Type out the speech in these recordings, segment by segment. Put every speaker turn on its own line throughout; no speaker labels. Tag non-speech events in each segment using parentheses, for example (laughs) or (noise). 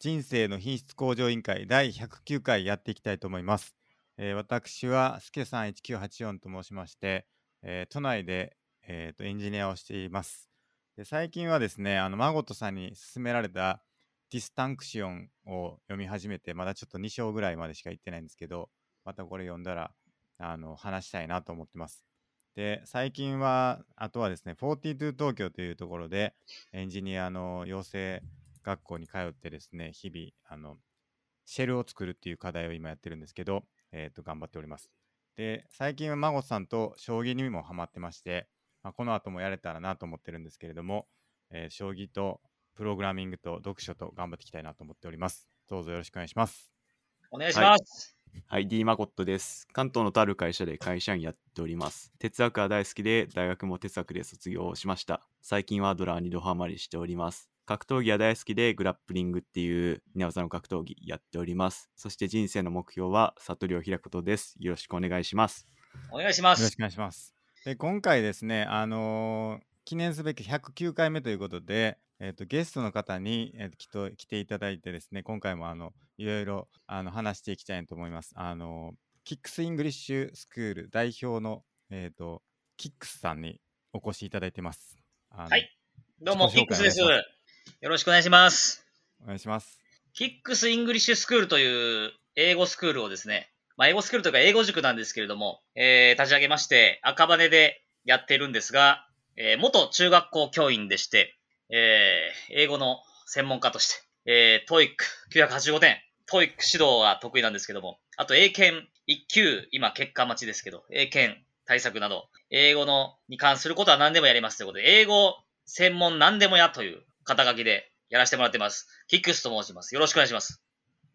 人生の品質向上委員会第109回やっていきたいと思います。えー私はすけさん1984と申しまして、えー都内で、えーとエンジニアをしています。で最近はですね、あのマゴットさんに勧められたディスタンクシオンを読み始めて、まだちょっと2章ぐらいまでしか行ってないんですけど、またこれ読んだらあの話したいなと思ってます。で、最近は、あとはですね、42東京というところで、エンジニアの養成学校に通ってですね、日々、あの、シェルを作るっていう課題を今やってるんですけど、えっ、と、頑張っております。で、最近は孫さんと将棋にもハマってまして、まあ、この後もやれたらなと思ってるんですけれども、えー将棋とプログラミングと読書と頑張っていきたいなと思っております。どうぞよろしくお願いします。
お願いします。
はい、D マコットです。関東のとある会社で会社員やっております。哲学は大好きで、大学も哲学で卒業しました。最近はアドラーにドハマりしております。格闘技は大好きで、グラップリングっていう寝技の格闘技やっております。そして人生の目標は悟りを開くことです。よろしくお願いします。
お願いしま
よろ
す
しく。お願いします。で今回ですね、あのー記念すべき109回目ということで、えっとゲストの方に、えっと来と来ていただいてですね、今回もあのいろいろあの話していきたいと思います。あのーキックスイングリッシュスクール代表の、えっとキックスさんにお越しいただいてます。は
はいどうも、
自
キ
己紹
ック
介
スです。
お願いし
よろしくお願いします。
お願いします。
キックスイングリッシュスクールという英語スクールをですね、まあ、英語スクールというか英語塾なんですけれども、えー、立ち上げまして、赤羽でやってるんですが、えー、元中学校教員でして、えー、英語の専門家として、えー、トイック985点、トイック指導が得意なんですけども、あと英検1級、今結果待ちですけど、英検対策など、英語のに関することは何でもやりますということで、英語専門何でもやという肩書きでやらせてもらってます。キックスと申します。よろしくお願いします。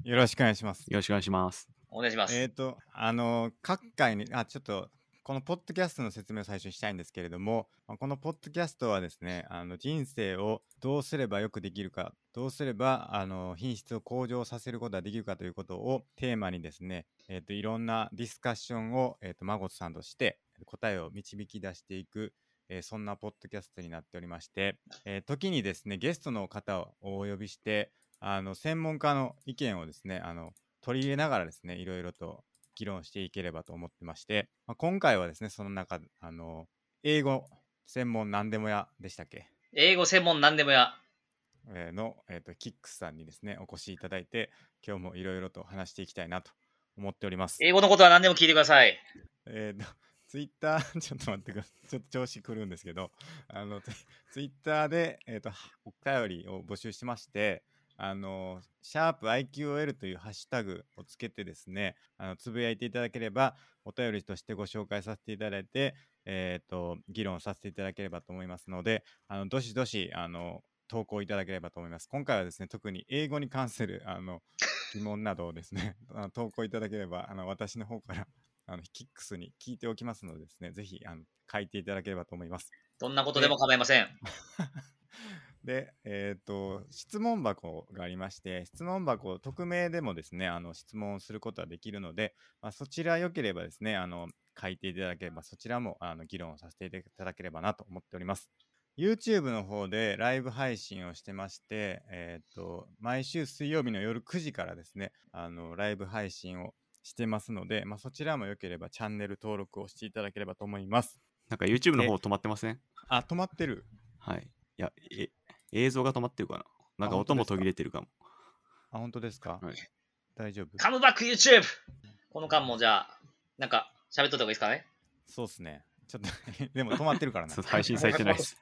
よろしくお願いします。
よろしくお願いします。
お願いします。
えっ、と、あの、各回に、あ、ちょっと、このポッドキャストの説明を最初にしたいんですけれども、まあこのポッドキャストはですね、あの人生をどうすればよくできるか、どうすればあの品質を向上させることができるかということをテーマにですね、えっ、と、いろんなディスカッションを、えっ、と、まごさんとして答えを導き出していく、えーそんなポッドキャストになっておりまして、えー時にですね、ゲストの方をお呼びして、あの、専門家の意見をですね、あの、取り入れながらですねいろいろと議論していければと思ってまして、まあ、今回はですねその中あの英語専門何でもやでしたっけ、
英語専門何でもや。
えーの、えー、とキックスさんにですねお越しいただいて今日もいろいろと話していきたいなと思っております
英語のことは何でも聞いてください。
えーと (laughs) ツイッター (laughs) ちょっと待ってくださいちょっと調子狂うんですけどあのツイツイッターで、えー、とはお便りを募集してましてあのシャープ i q l というハッシュタグをつけてですねあのつぶやいていただければお便りとしてご紹介させていただいて、えー、と議論させていただければと思いますのであのどしどしあの投稿いただければと思います今回はですね特に英語に関するあの疑問などをですね (laughs) あの投稿いただければあの私の方からあのキックスに聞いておきますのでですねぜひあの書いていただければと思います
どんなことでも構いません。
(laughs) で、えっ、と、質問箱がありまして、質問箱を匿名でもですね、あの質問することはできるので、まあ、そちら良ければですね、あの書いていただければ、そちらもあの議論をさせていただければなと思っております。YouTube の方でライブ配信をしてまして、えっ、と、毎週水曜日の夜9時からですね、あのライブ配信をしてますので、まあ、そちらも良ければチャンネル登録をしていただければと思います。
なんか YouTube の方止まってません
あ、止まってる。
はい。いや、え映像が止まってるかななんか
あ本当
音も
ですか
途切れてるかも。
あ、本当ですか、
はい
大丈夫
カムバック YouTube! この間もじゃあ、なんか喋っといた方がいいですかね。
そうっすね。ちょっと、 (laughs) でも止まってるからな
そう。 (laughs) 配信されてないです。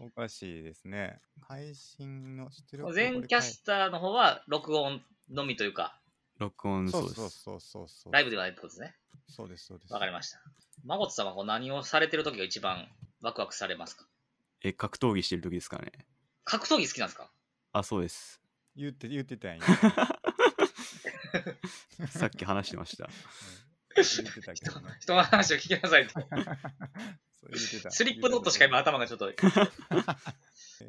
おかしいですね。配信の出力
全キャスターの方は録音のみというか、
(laughs) 録音
そ
そううです。
そうそうそうそう。
ライブではないってことですね。
そうですそうです。
わかりました。まごつさんはこう何をされてる時が一番ワクワクされますか
え、格闘技してる時ですかね。
格闘技好きなんですか
あ、そうです。
言って言ってた
(laughs)
やん。
さっき話してました。
言ってたけ
人
どね。
人の話を聞きなさいって。
そう言ってた。
スリップノットしか今頭がち
(laughs)
ょっと。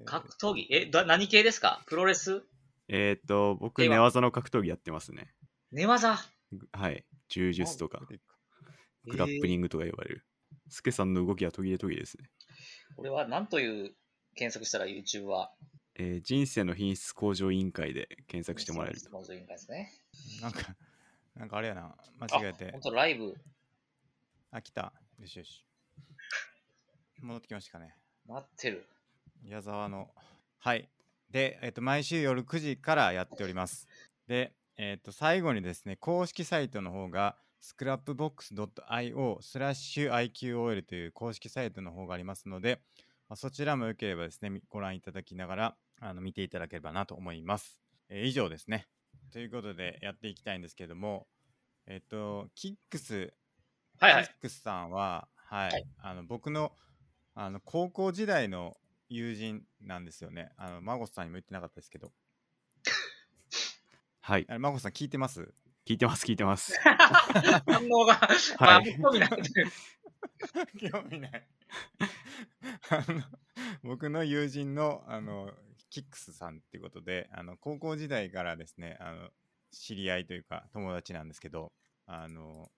格闘技えだ、何系ですかプロレス
えーっと、僕、
では
寝技の格闘技やってますね。
寝技
ぐはい。柔術とか、グラップ
えー
リングとか呼ばれる。スケさんの動きは途切れ途切れですね。
これは何という検索したら YouTube は
えー人生の品質向上委員会で検索してもらえると。
そうです。スポンサー委員会ですね。
なんか、なんかあれやな、間
あ
違えて
本。当ライブ、
あ、来た。よしよし。戻ってきましたかね。
なってる。
矢沢の。はい。で、えっと、毎週夜9時からやっております。で、えっと、最後にですね、公式サイトの方が、scrapbox.io スラッシュ IQOL という公式サイトの方がありますので、まあ、そちらもよければですね、みご覧いただきながら、あの見ていただければなと思います。えー以上ですね。ということで、やっていきたいんですけども、えっと、キックス
はいは
キ
い。
ックスさんは、はい
はい
あの僕のあの高校時代の友人なんですよね。あのマゴスさんにも言ってなかったですけど、
はい。
あれマゴスさん聞いてます
聞いてます、聞いてます。
反応が、あ、興味ない。
(laughs) 興味ないあの僕の友人のあのキックスさんっていうことであの高校時代からですねあの知り合いというか友達なんですけどあの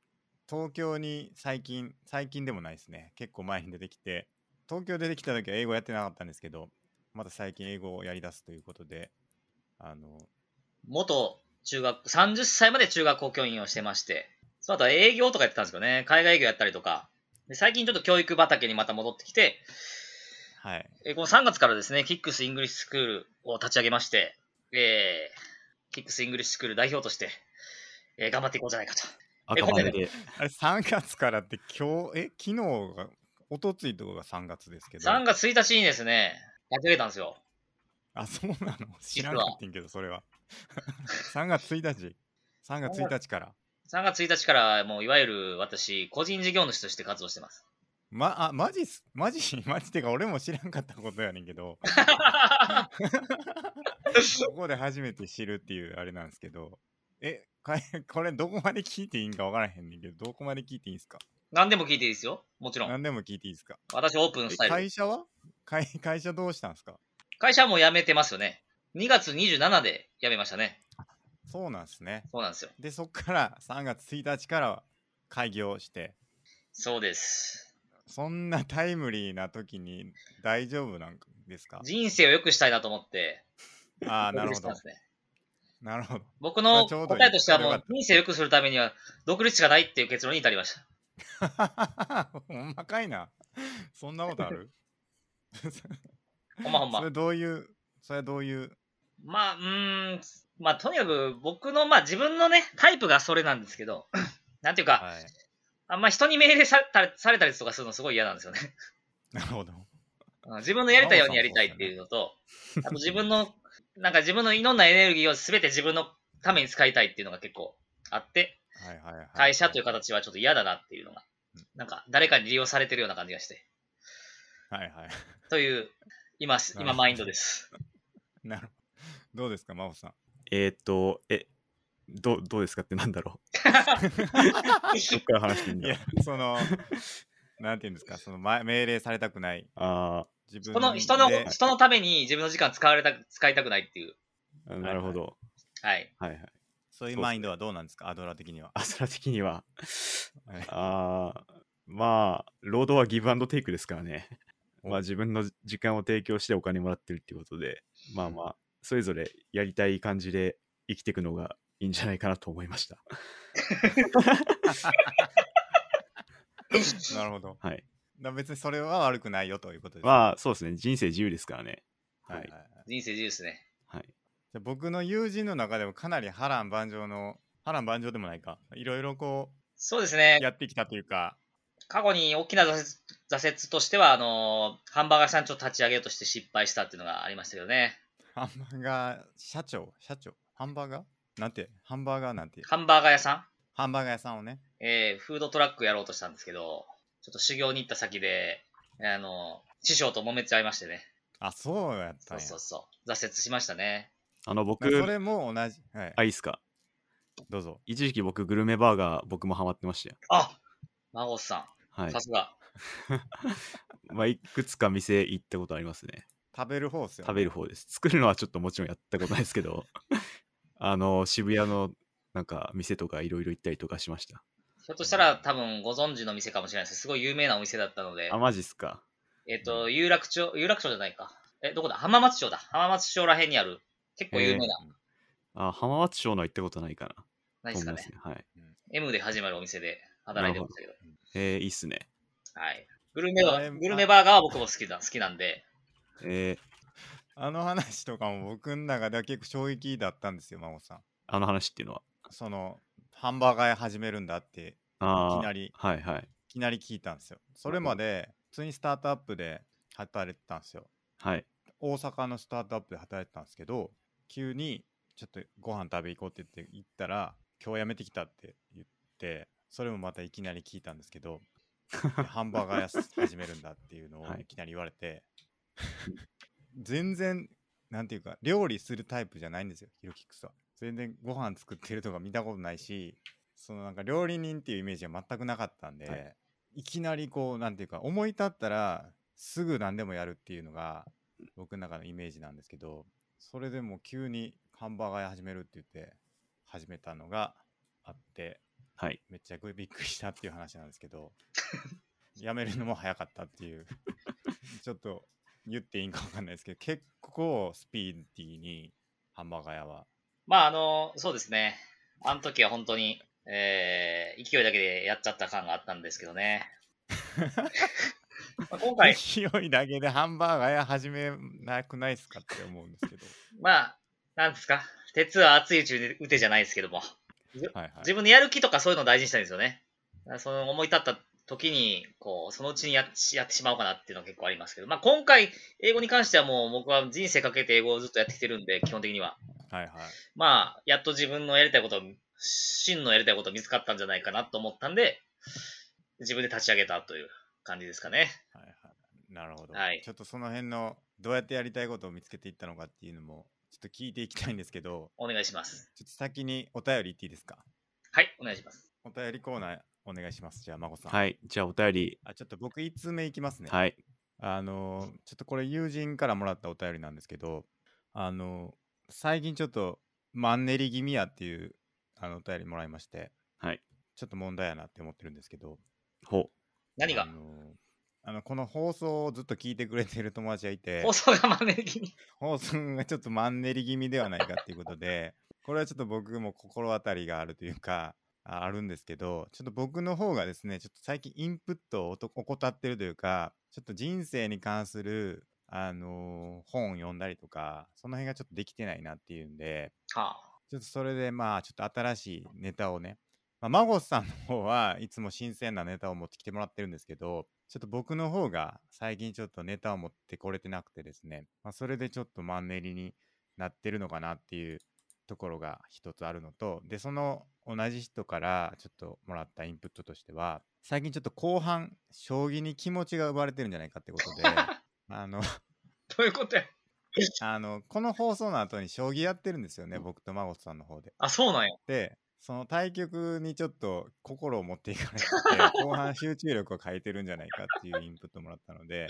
東京に最近最近でもないですね結構前に出てきて東京出てきた時は英語やってなかったんですけどまた最近英語をやりだすということであの
元中学、30歳まで中学校教員をしてまして、その後は営業とかやってたんですよね。海外営業やったりとか。で最近ちょっと教育畑にまた戻ってきて、
はい
えーこの3月からですね、キックスイングリッシュスクールを立ち上げまして、えー、キックスイングリッシュスクール代表として、えー頑張っていこうじゃないかと。
赤
こ
羽
れ
で。
あれ3月からって今日え昨日がおとついとかが3月ですけど
3月1日にですね、立ち上げたんですよ。
あ、そうなの知らなかったんけど、それは。3月1日。3月1日から。
3月1日から、もういわゆる私、個人事業主として活動し
(laughs)
てます。
ま、あ、マジっす、マジ、 (laughs) マジってか、俺も知らんかったことやねんけど、ここで初めて知るっていうあれなんですけど、え、かい (laughs) これどこまで聞いていいんかわからへんねんけど、どこまで聞いていいんすか
何でも聞いていいですよ。もちろん。
何でも聞いていいですか
私、オープン
え
スタイル。
会社は会会社どうしたんすか
会社はもう辞めてますよね。2月27で辞めましたね。
そうなんですね。
そうなんですよ。
で、そっから3月1日から開業して、
そうです。
そんなタイムリーな時に大丈夫なんですか
人生を良くしたいなと思って、
ああ、な
独
る
立
ほ
した
ど
んで。すね。
なるほど。 (laughs)
僕の
それはちょうどいい
答えとしては
そ
も
れはよ
う
かっ
人生を良くするためには独立しかないっていう結論に至りました。
ほんまかいな。そんなことある
ほん (laughs) まほん
そ
ま
れ。どういう、それどういう、
まあ、うーん。まあ、とにかく僕の、まあ自分のね、タイプがそれなんですけど、 (laughs) なんていうか、
はい。
あんま人に命令さたされたりとかするのすごい嫌なんですよね。
なるほど。
うん自分のやりたいようにやりたいっていうのと、あと自分の、なんか自分のいろんなエネルギーを全て自分のために使いたいっていうのが結構あって、
はいはいはい。
会社という形はちょっと嫌だなっていうのが
うん、
なんか誰かに利用されてるような感じがして、
はいはい。
という、今す、
なるほ
今
ど
マインド
(laughs)
です。
なるほど。どうですか、真帆さん。
えーっと、え、どどうですかってなんだろう。どっから話していいん
い
だ
や、その、なんていうんですか、その、ま、命令されたくない。
あ
自分
この人の、
で
人のために自分の時間使われた、使いたくないっていう、
あ、なるほど。
はい。
はいはい。
そういうマインドはどうなんですか、アドラー的には。
アスラ的には、
はい
ああ、まあ、労働はギブアンドテイクですからね。
お
まあ自分の時間を提供してお金もらってるってことで、まあまあ、それぞれやりたい感じで生きていくのがいいんじゃないかなと思いました。
なるほど。
はい。
だ別にそれは悪くないよということですね。
まあ、そうですね。人生自由ですからね。
は
はいい。
はい
はい。
はい。
人生自由ですね。
じゃあ僕の友人の中でもかなり波乱万丈の波乱万丈でもないかいろいろこ
そうです
う
ね。
やってきたというか
過去に大きな挫折挫折としては、あのーハンバーガー社長立ち上げようとして失敗したっていうのがありましたけどね。
ハンバーガー社長社長ハンバーガーなんてハンバーガーなんて
ハンバーガー屋さん
ハンバーガー屋さんをね
えーフードトラックやろうとしたんですけど、ちょっと修行に行った先で、あの、師匠と揉めちゃいましてね。
あそうやった
そ
んや
うそ
だ
う
か
そう。挫折しましたね。
あの、僕、
らそれも同じはい、
あ、いいっすか。
どうぞ
一時期僕、グルメバーガー、僕もハマってましたよ。
あ孫さ
は
ん、
い
さ。すが。
まあ、いくつか店行ったことありますね。
食べる方っすよ
食べる方です。作るのはちょっともちろんやったことないですけ
(laughs)
ど、あの、渋谷のなんか店とかいろいろ行ったりとかしました。
ひょっとしたら多分ご存知の店かもしれないです。すごい有名なお店だったので
あ、、マジっすか。
えっ、と、有楽町、有楽町じゃないか。え、どこだ浜松町だ。浜松町ら辺にある、結構有名な、
あ、浜松町のは行ったことないか
な
ないと
です
思
か
いま
ね
す。ね。はい。
M で始まるお店で働いてましたけど。
えー、いいっすね。
はい。グルメバ
あれ
ー、グルメバーガーは僕も好きだ、好きなんで。
えー、
あの話とかも僕の中では結構衝撃だったんですよ、孫さん。
あの話っていうのは。
その、ハンバーガー屋始めるんだって、い
あ
き
あ
な、り、い
はいはい。
きなり聞いたんですよ。それまで、普通にスタートアップで働いてたんですよ。
はい。
大阪のスタートアップで働いてたんですけど急にちょっとご飯食べ行こうって言って行ったら今日辞めてきたって言ってそれもまたいきなり聞いたんですけど
(laughs)
でハンバーガー屋す始めるんだっていうのを
はい
いきなり言われて全然なんていうか料理するタイプじゃないんですよヒロキックスは全然ご飯作ってるとか見たことないしそのなんか料理人っていうイメージは全くなかったんで、、
はい
きなりこうなんていうか思い立ったらすぐ何でもやるっていうのが僕の中のイメージなんですけどそれでもう急にハンバーガー屋始めるって言って始めたのがあって
はい。
めっちゃびっくりしたっていう話なんですけ
(laughs)
どやめるのも早かったっていうちょっと言っていいんか分かんないですけど結構スピーディーにハンバーガー屋は
まあ、あの、そうですね。あの時は本当に、えー、勢いだけでやっちゃった感があったんですけ
(laughs)
どね。まあ今回、
勢いだけでハンバーガー屋始めなくないですかって思うんですけど
まあ、なんですか。鉄は熱いうちに打てじゃないですけども。
はいは
自
い
分のやる気とかそういうのを大事にしたいんですよね。だからその思い立った時に、こう、そのうちにやっちやってしまおうかなっていうのは結構ありますけど、まあ今回、英語に関してはもう僕は人生かけて英語をずっとやってきてるんで、基本的には。
はいはい
まあ、やっと自分のやりたいこと、真のやりたいこと見つかったんじゃないかなと思ったんで、自分で立ち上げたという感じですかね。
はいはいなるほど、
はい
ちょっとその辺のどうやってやりたいことを見つけていったのかっていうのもちょっと聞いていきたいんですけど
お願いします。
ちょっと先にお便りいっていいですか
はい、お願いします。
お便りコーナーお願いしますじゃあ孫さん、
はい。じゃあ、お便り。
あちょっと僕1通目いきますね
はい。
あのーちょっとこれ友人からもらったお便りなんですけどあのー最近ちょっとマンネリ気味やっていうあのお便りもらいまして
はい。
ちょっと問題やなって思ってるんですけど
ほ
何
あ
が
のーあのこの放送をずっと聞いてくれてる友達がいて
放送がマネキに。
放送がちょっとマンネリ気味ではないかっていうことでこれはちょっと僕も心当たりがあるというかああるんですけどちょっと僕の方がですねちょっと最近インプットをおと怠ってるというかちょっと人生に関する、あのー本を読んだりとかその辺がちょっとできてないなっていうんで
はあ、
ちょっとそれでまあちょっと新しいネタをね、まあ、マゴスさんの方はいつも新鮮なネタを持ってきてもらってるんですけどちょっと僕の方が最近ちょっとネタを持ってこれてなくてですね、まあ、それでちょっとマンネリになってるのかなっていうところが一つあるのとでその同じ人からちょっともらったインプットとしては最近ちょっと後半将棋に気持ちが生まれてるんじゃないかってことであの
どういうことや
あのこの放送の後に将棋やってるんですよね僕とマゴスさんの方で。
あ、そうなんや。
でその対局にちょっと心を持っていかなくて後半集中力を変えてるんじゃないかっていうインプットもらったので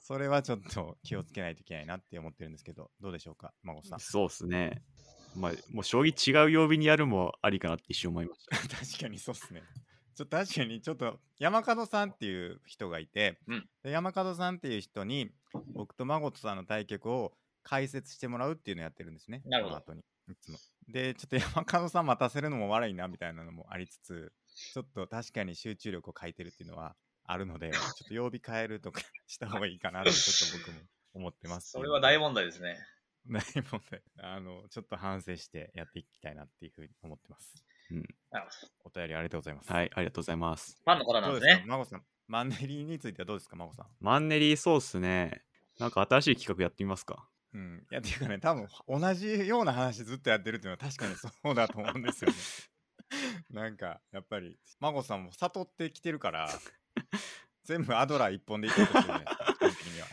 それはちょっと気をつけないといけないなって思ってるんですけどどうでしょうか孫さん
う。そうっすね。まあ、もう将棋違う曜日にやるもありかなって一瞬思いました。
(laughs) 確かにそうっすね。ちょっと確かにちょっと山門さんっていう人がいて、
うん
で山門さんっていう人に僕と孫さんの対局を解説してもらうっていうのをやってるんですね。
なるほど
その後にいつもでちょっと山門さん待たせるのも悪いなみたいなのもありつつちょっと確かに集中力を欠いてるっていうのはあるのでちょっと曜日変えるとか (laughs) した方がいいかなってちょっと僕も思ってます。
それは大
問
問題ですね。
題。大問題。あのちょっと反省してやっていきたいなっていうふうに思ってます。
うん
なるほ
お便りありがとうございます。
はい。ありがとうございます。
ファンの方な
ど
ん
う
で
ですすか
ね、。
マゴさん。マンネリについてはどうですか、マゴさん。
マンネリ、そうっすね。なんか新しい企画やってみますか。
うん。いや、っていうかね、多分同じような話ずっとやってるっていうのは確かにそうだと思うん
(laughs)
ですよね。なんか、やっぱり、マゴさんも悟ってきてるから、全部アドラー一本でいこうとするね、基本的には。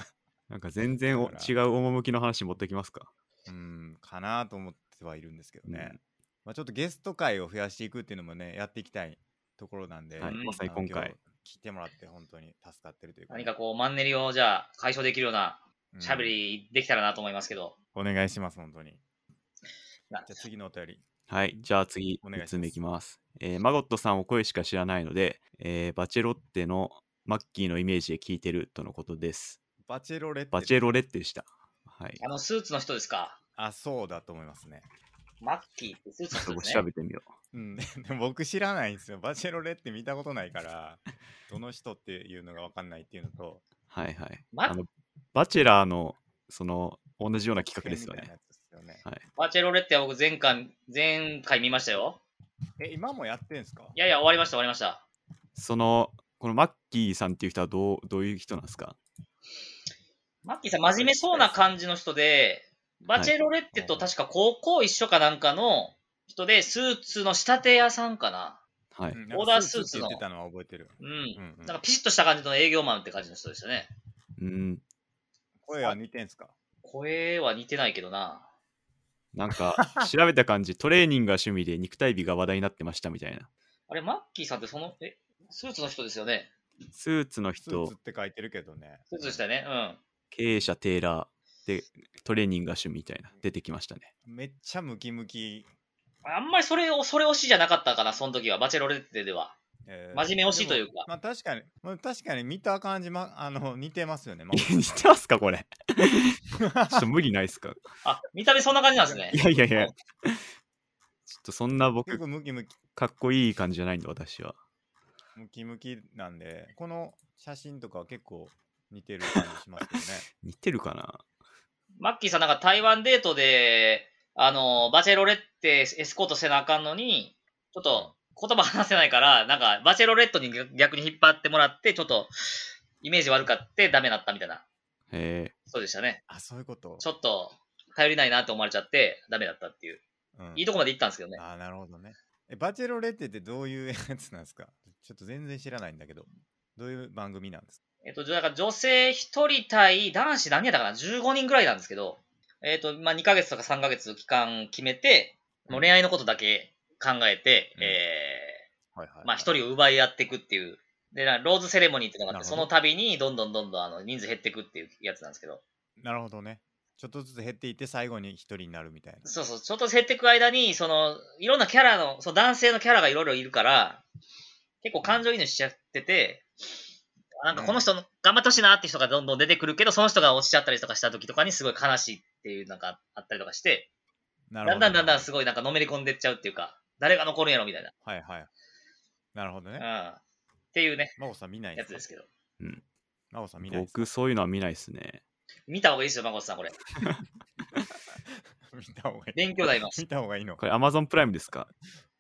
なんか全然お
だか
違う趣の話持ってきますか。
うん、かなと思ってはいるんですけどね。
うん
まあ、ちょっとゲスト会を増やしていくっていうのもね、やっていきたいところなんで、
はい
うん。
まさに今回。。
聞いてもらって本当に助かってるというか、
何かこう、マンネリをじゃあ解消できるような
うん
喋りできたらなと思いますけど。
お願いします、本当に。じ
な
ゃあ次のお便り、
はい、じゃあ次、
お願いしま
3
す
つ目いきます。えーマゴットさんを声しか知らないので、えーバチェロッテのマッキーのイメージで聞いてるとのことです。
バチェロレッテ。
バチェロレッテでした。はい。
あの、スーツの人ですか。
あ、そうだと思いますね。
マッキーってスーツの
そ
人
こ
です
調
ね。
べてみよ
うん、 (laughs) でも僕知らないんですよ。バチェロレって見たことない
(laughs)
から、どの人っていうのが分かんないっていうのと、
う。はいはい。
ま
あの、バチェラーの、その、同じような企画ですよ
みたいな
ね。
やつですよね。
バチェロレッテは僕前回、前回見ましたよ。
え、今もやってんすか
いやいや、終わりました、終わりました。
その、このマッキーさんっていう人はどうどういう人なんですか
マッキーさん、真面目そうな感じの人で、バチェロレッテと確か高校一緒かなんかの人で、スーツの仕立て屋さんかな。
はい。
うん
オーダースーツ
なん
の
かって言ってたのは覚えてる。
うん
う。んうん
なんかピシッとした感じの営業マンって感じの人でしたね。
うん。
声は似てんすか
声は似てないけどな。
なんか、調べた感じ、トレーニングが趣味で肉体美が話題になってましたみたいな。
あれ、マッキーさんってその、え、スーツの人ですよね。
スーツの
スー
人
ツっ、て書いてるけどね。
スーツでしたよね。うん。
経営者、テーラーで、トレーニングが趣味みたいな、出てきましたね。
めっちゃムキムキ。
あんまりそれを、それ推しじゃなかったかな、その時は。バチェロレッテでは。
え
真面目推しといううか。
まあ確かに、まあ、確かに見た感じ、ま、あの似てますよ (laughs) ね。ま
(laughs) 似てますか、これ。ちょっと無理ないですか。
あ、見た目そんな感じなんですね
(laughs) い。やいやいや。ちょっとそんな
結
僕、
構ムキムキ
かっこいい感じじゃないんで、私は。
ムキムキなんで、この写真とかは結構似てる感じします
(laughs)
けどね。
似てるかな
マッキーさんなんか台湾デートで、あの、バチェロレッテエスコートせなあかんのに、ちょっと言葉話せないから、なんかバチェロレットに逆に引っ張ってもらって、ちょっとイメージ悪かってダメだったみたいな。
へえ。
そうでしたね。
あ、そういうこと。
ちょっと頼りないなって思われちゃってダメだったっていう。
うん
いいとこまで行ったんですけどね。
あーなるほどね。え、バチェロレッテってどういうやつなんですかちょっと全然知らないんだけど。どういう番組なんですか
えっと、だから女性1人対男子何やったかな ?15 人ぐらいなんですけど、えっと、まあ、2ヶ月とか3ヶ月期間決めて、もう恋愛のことだけ考えて、
うん
えー、
はいはい、はい。
まあ、一人を奪い合っていくっていう。で、なローズセレモニーっていうのがあって、
なるほ
そ
ど
の度にどんどんどんどんあの人数減っていくっていうやつなんですけど。
なるほどね。ちょっとずつ減っていって最後に一人になるみたいな。
そうそう、ちょっと減っていく間に、その、いろんなキャラの、その男性のキャラがいろいろいるから、結構感情移入しちゃってて、なんかこの人の、頑張ってほしいなって人がどんどん出てくるけど、その人が落ちちゃったりとかした時とかにすごい悲しいっていうなんかあったりとかして、
なる
だ
ほ
ん
ど。
だんだんだんすごいなんかのめり込んでっちゃうっていうか、誰が残るんやろみたい
はいはい。なるほどね。
な。うん。っていうね、
真帆さん見ないん
や
で
つ
す
で
か
すけど。
真帆さん見ないんですか
僕、そういうのは見ないですね。
見た方がいいですよ、マコトさん、これ。
見た方がいい。
勉強になります。
見た方がいいの
これ、Amazon プライムですか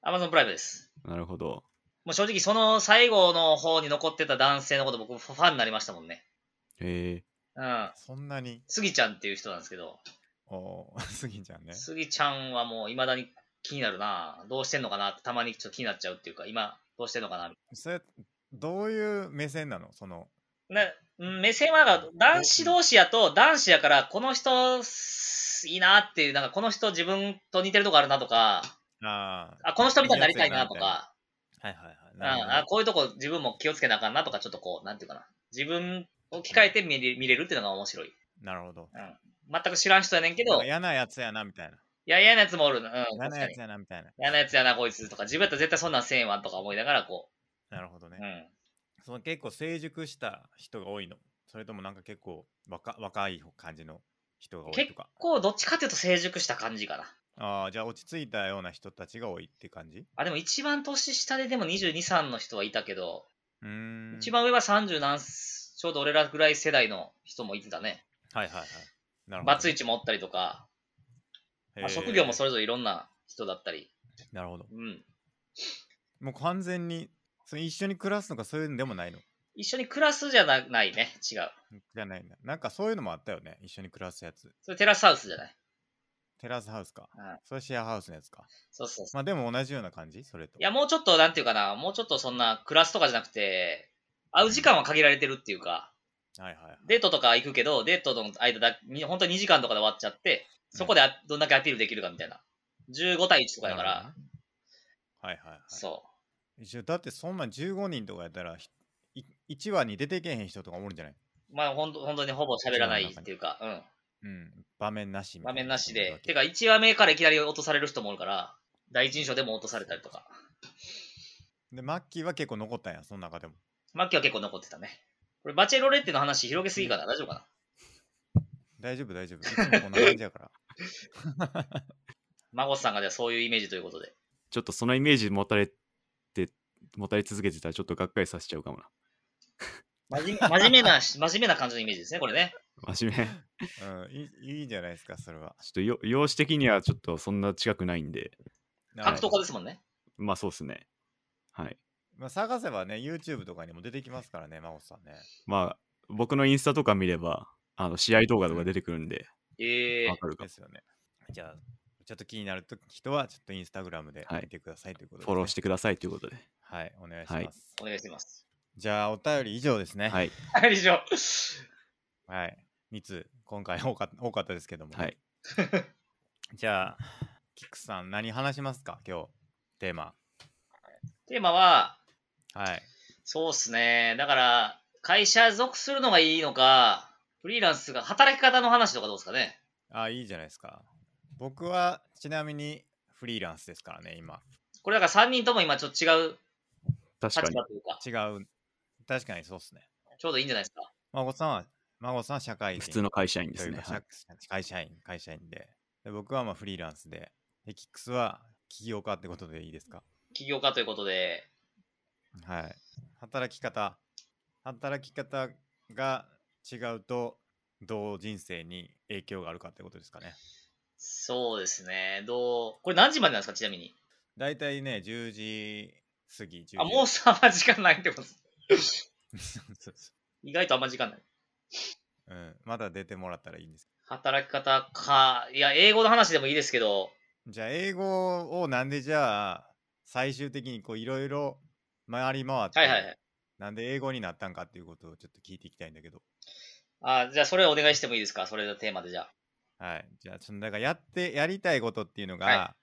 Amazon プライムです。
なるほど。
もう正直その最後の方に残ってた男性のこと僕ファンになりましたもんね。
へえ。
うん。
そんなに。
スギちゃんっていう人なんですけど、
おー、すぎちゃんね。
スギちゃんはもう未だに気になるなどうしてんのかなってたまにちょっと気になっちゃうっていうか、今どうしてんのかな
それ、どういう目線なのその、
なうん目線はなんか男子同士やと男子やからこの人すいいなっていう、なんかこの人自分と似てるとこあるなとか、
あ
あ、この人みたいになりたいなとか、
あ、はいはいはい。
うん、
なるほど
あこういうとこ自分も気をつけなあかんなとか、ちょっとこう、なんていうかな。自分を着替えて見れ見れるっていうのが面白い。
なるほど。
全く知らん人やねんけ
なん
ど、
か
い
嫌なやつやなみたいな。
や、嫌なやつもおるな。うん、
嫌
確
な
か
や
に
つ。やなみたいな。
嫌なやつやな、こいつとか、自分やったら絶対そんなんせんわとか思いながら、こ
なるほどね
う、う。ん。
その結構成熟した人が多いのそれともなんか結構若若い感じの人が多いとか
こう、どっちかっていうと成熟した感じかな。
ああじゃあ落ち着いたような人たちが多いって感じ
あ、でも一番年下ででも22、3の人はいたけど、
うーん
一番上は30何す、ちょうど俺らぐらい世代の人もいてたね。
はいはいはいなるほど
バツイチもおったりとか、ま
へ
あ
ー
職業もそれぞれいろんな人だったり。
なるほど
うん。
もう完全にその一緒に暮らすとかそういうのでもないの
一緒に暮らすじゃなないね。違う。
じゃないんだなんかそういうのもあったよね一緒に暮らすやつ
それテラスハウスじゃない。
テラスハウスか、
うん
それシェアハウスのやつか
そうそうそう。
まあでも同じような感じそれと
いや、もうちょっと、なんていうかな、もうちょっとそんな、クラスとかじゃなくて、会う時間は限られてるっていうか、
はいはいはい
デートとか行くけど、デートの間だ、に本当に2時間とかで終わっちゃって、そこであどんだけアピールできるかみたいな。15対1とかだ
な
か
るほ
ら、
どねはいはいはい
そ。
一緒だってそんなん15人とかやったら1話に出てけへん人とかおるんじゃないう
まあ、ほんと、本当にほぼ喋らないっていうか、うん。
うん場面なしみた
場
い
面なしで。て
か
か、1話目からいきなり落とされる人もおるから、第一印象でも落とされたりとか。
でマッキーは結構残ったんやその中でも
マッキーは結構残ってたね。これ、バチェロレッテの話広げすぎかな大丈夫かな
大丈夫、大丈夫。いつもこんな感じや
(laughs)
から。
孫さんがじゃあそういうイメージということで。
ちょっとそのイメージ持たれて、持たれ続けてたらちょっとがっかりさせちゃうかもな。
真面目真面目な、 (laughs) 真面目な感じのイメージですね、これね。
真 (laughs) 面目。ちょ
うん、いいいいんじゃないですか、それは。
っとよ容姿的にはちょっとそんな近くないんで、
なるほ
格闘
ど
家ですもんね。
まあそうですね。はい。
まあ、探せばね、YouTube とかにも出てきますからね、真帆さんね。
まあ僕のインスタとか見れば、あの試合動画とか出てくるんで、
ええ
わかるか
で
も。
すよね。じゃあ、ちょっと気になると人は、ちょっとインスタグラムで
はい
見てくださいということです、
フォローしてくださいということで。
はい、お願いし
はい
ます。
お願いします。
じゃあ、お便り以上ですね。。
はいい。
はい、以上。
はい、2通、今回多かった多かったですけども。
はい。
じゃあ、キックさん、何話しますか、今日、テーマ。
テーマは、
はい。
そうっすね。だから、会社属するのがいいのか、フリーランスが働き方の話とかどうですかね。
あ、いいじゃないですか。僕は、ちなみに、フリーランスですからね、今。
これだから3人とも今ちょっと違う
確か
立
に。
場というか、
違う。確かにそうっすね。
ちょうどいいんじゃないですか。
孫さんは、孫さんは社会人。
普通の会社員で
と
す
いう
ね。
か、
はい、
社会社員、会社員で。で僕はまあフリーランスで。で、キックスは起業家ってことでいいですか
起業家ということで、
はい。働き方。働き方が違うと、どう人生に影響があるかってことですかね。
そうですね。どう、これ何時までなんですか、ちなみに。
大体ね、10時過ぎ、10時。
あ、
(laughs)
もうさ、あんま時間ないってことです
そうそうそ
意外とあんま時間ない。
ううん。まだ出てもらったらいいんです。
働き方か、いや、英語の話でもいいですけど、
じゃあ、英語をなんでじゃあ、最終的にこう、いろいろ回り回って、
はいはいはい。
なんで英語になったんかっていうことをちょっと聞いていきたいんだけど。
あ、じゃあそれお願いしてもいいですか、それのテーマでじゃあ。
はい。じゃあ、そのだからやって、やりたいことっていうのが、
は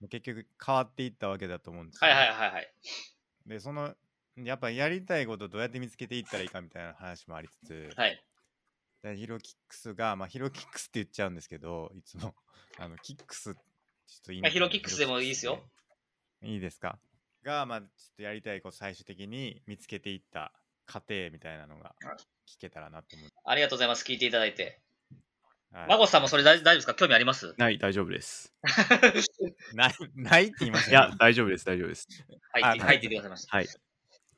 もう結局変わっていったわけだと思うんです
はい
よね
はいはいはい。
で、その、やっぱやりたいことどうやって見つけていったらいいかみたいな話もありつつ、
はい。
でヒロキックスが、まあ、ヒロキックスって言っちゃうんですけど、いつも、 (laughs) あの、キックス、ちょっといい
まあヒロキックスでもいいですよ。
いいですかが、まあ、ちょっとやりたいこと最終的に見つけていった過程みたいなのが聞けたらなと思う。
ありがとうございます。聞いていただいて。
はい
マゴさんもそれ大大丈夫ですか興味あります (laughs)
はい、大丈
(laughs)
夫です。
ない、ないって言いまし
い
た
や
ね、、
大丈夫です、大丈夫です。
はい、
あ
はい、って言ってくださいました。
はい。
は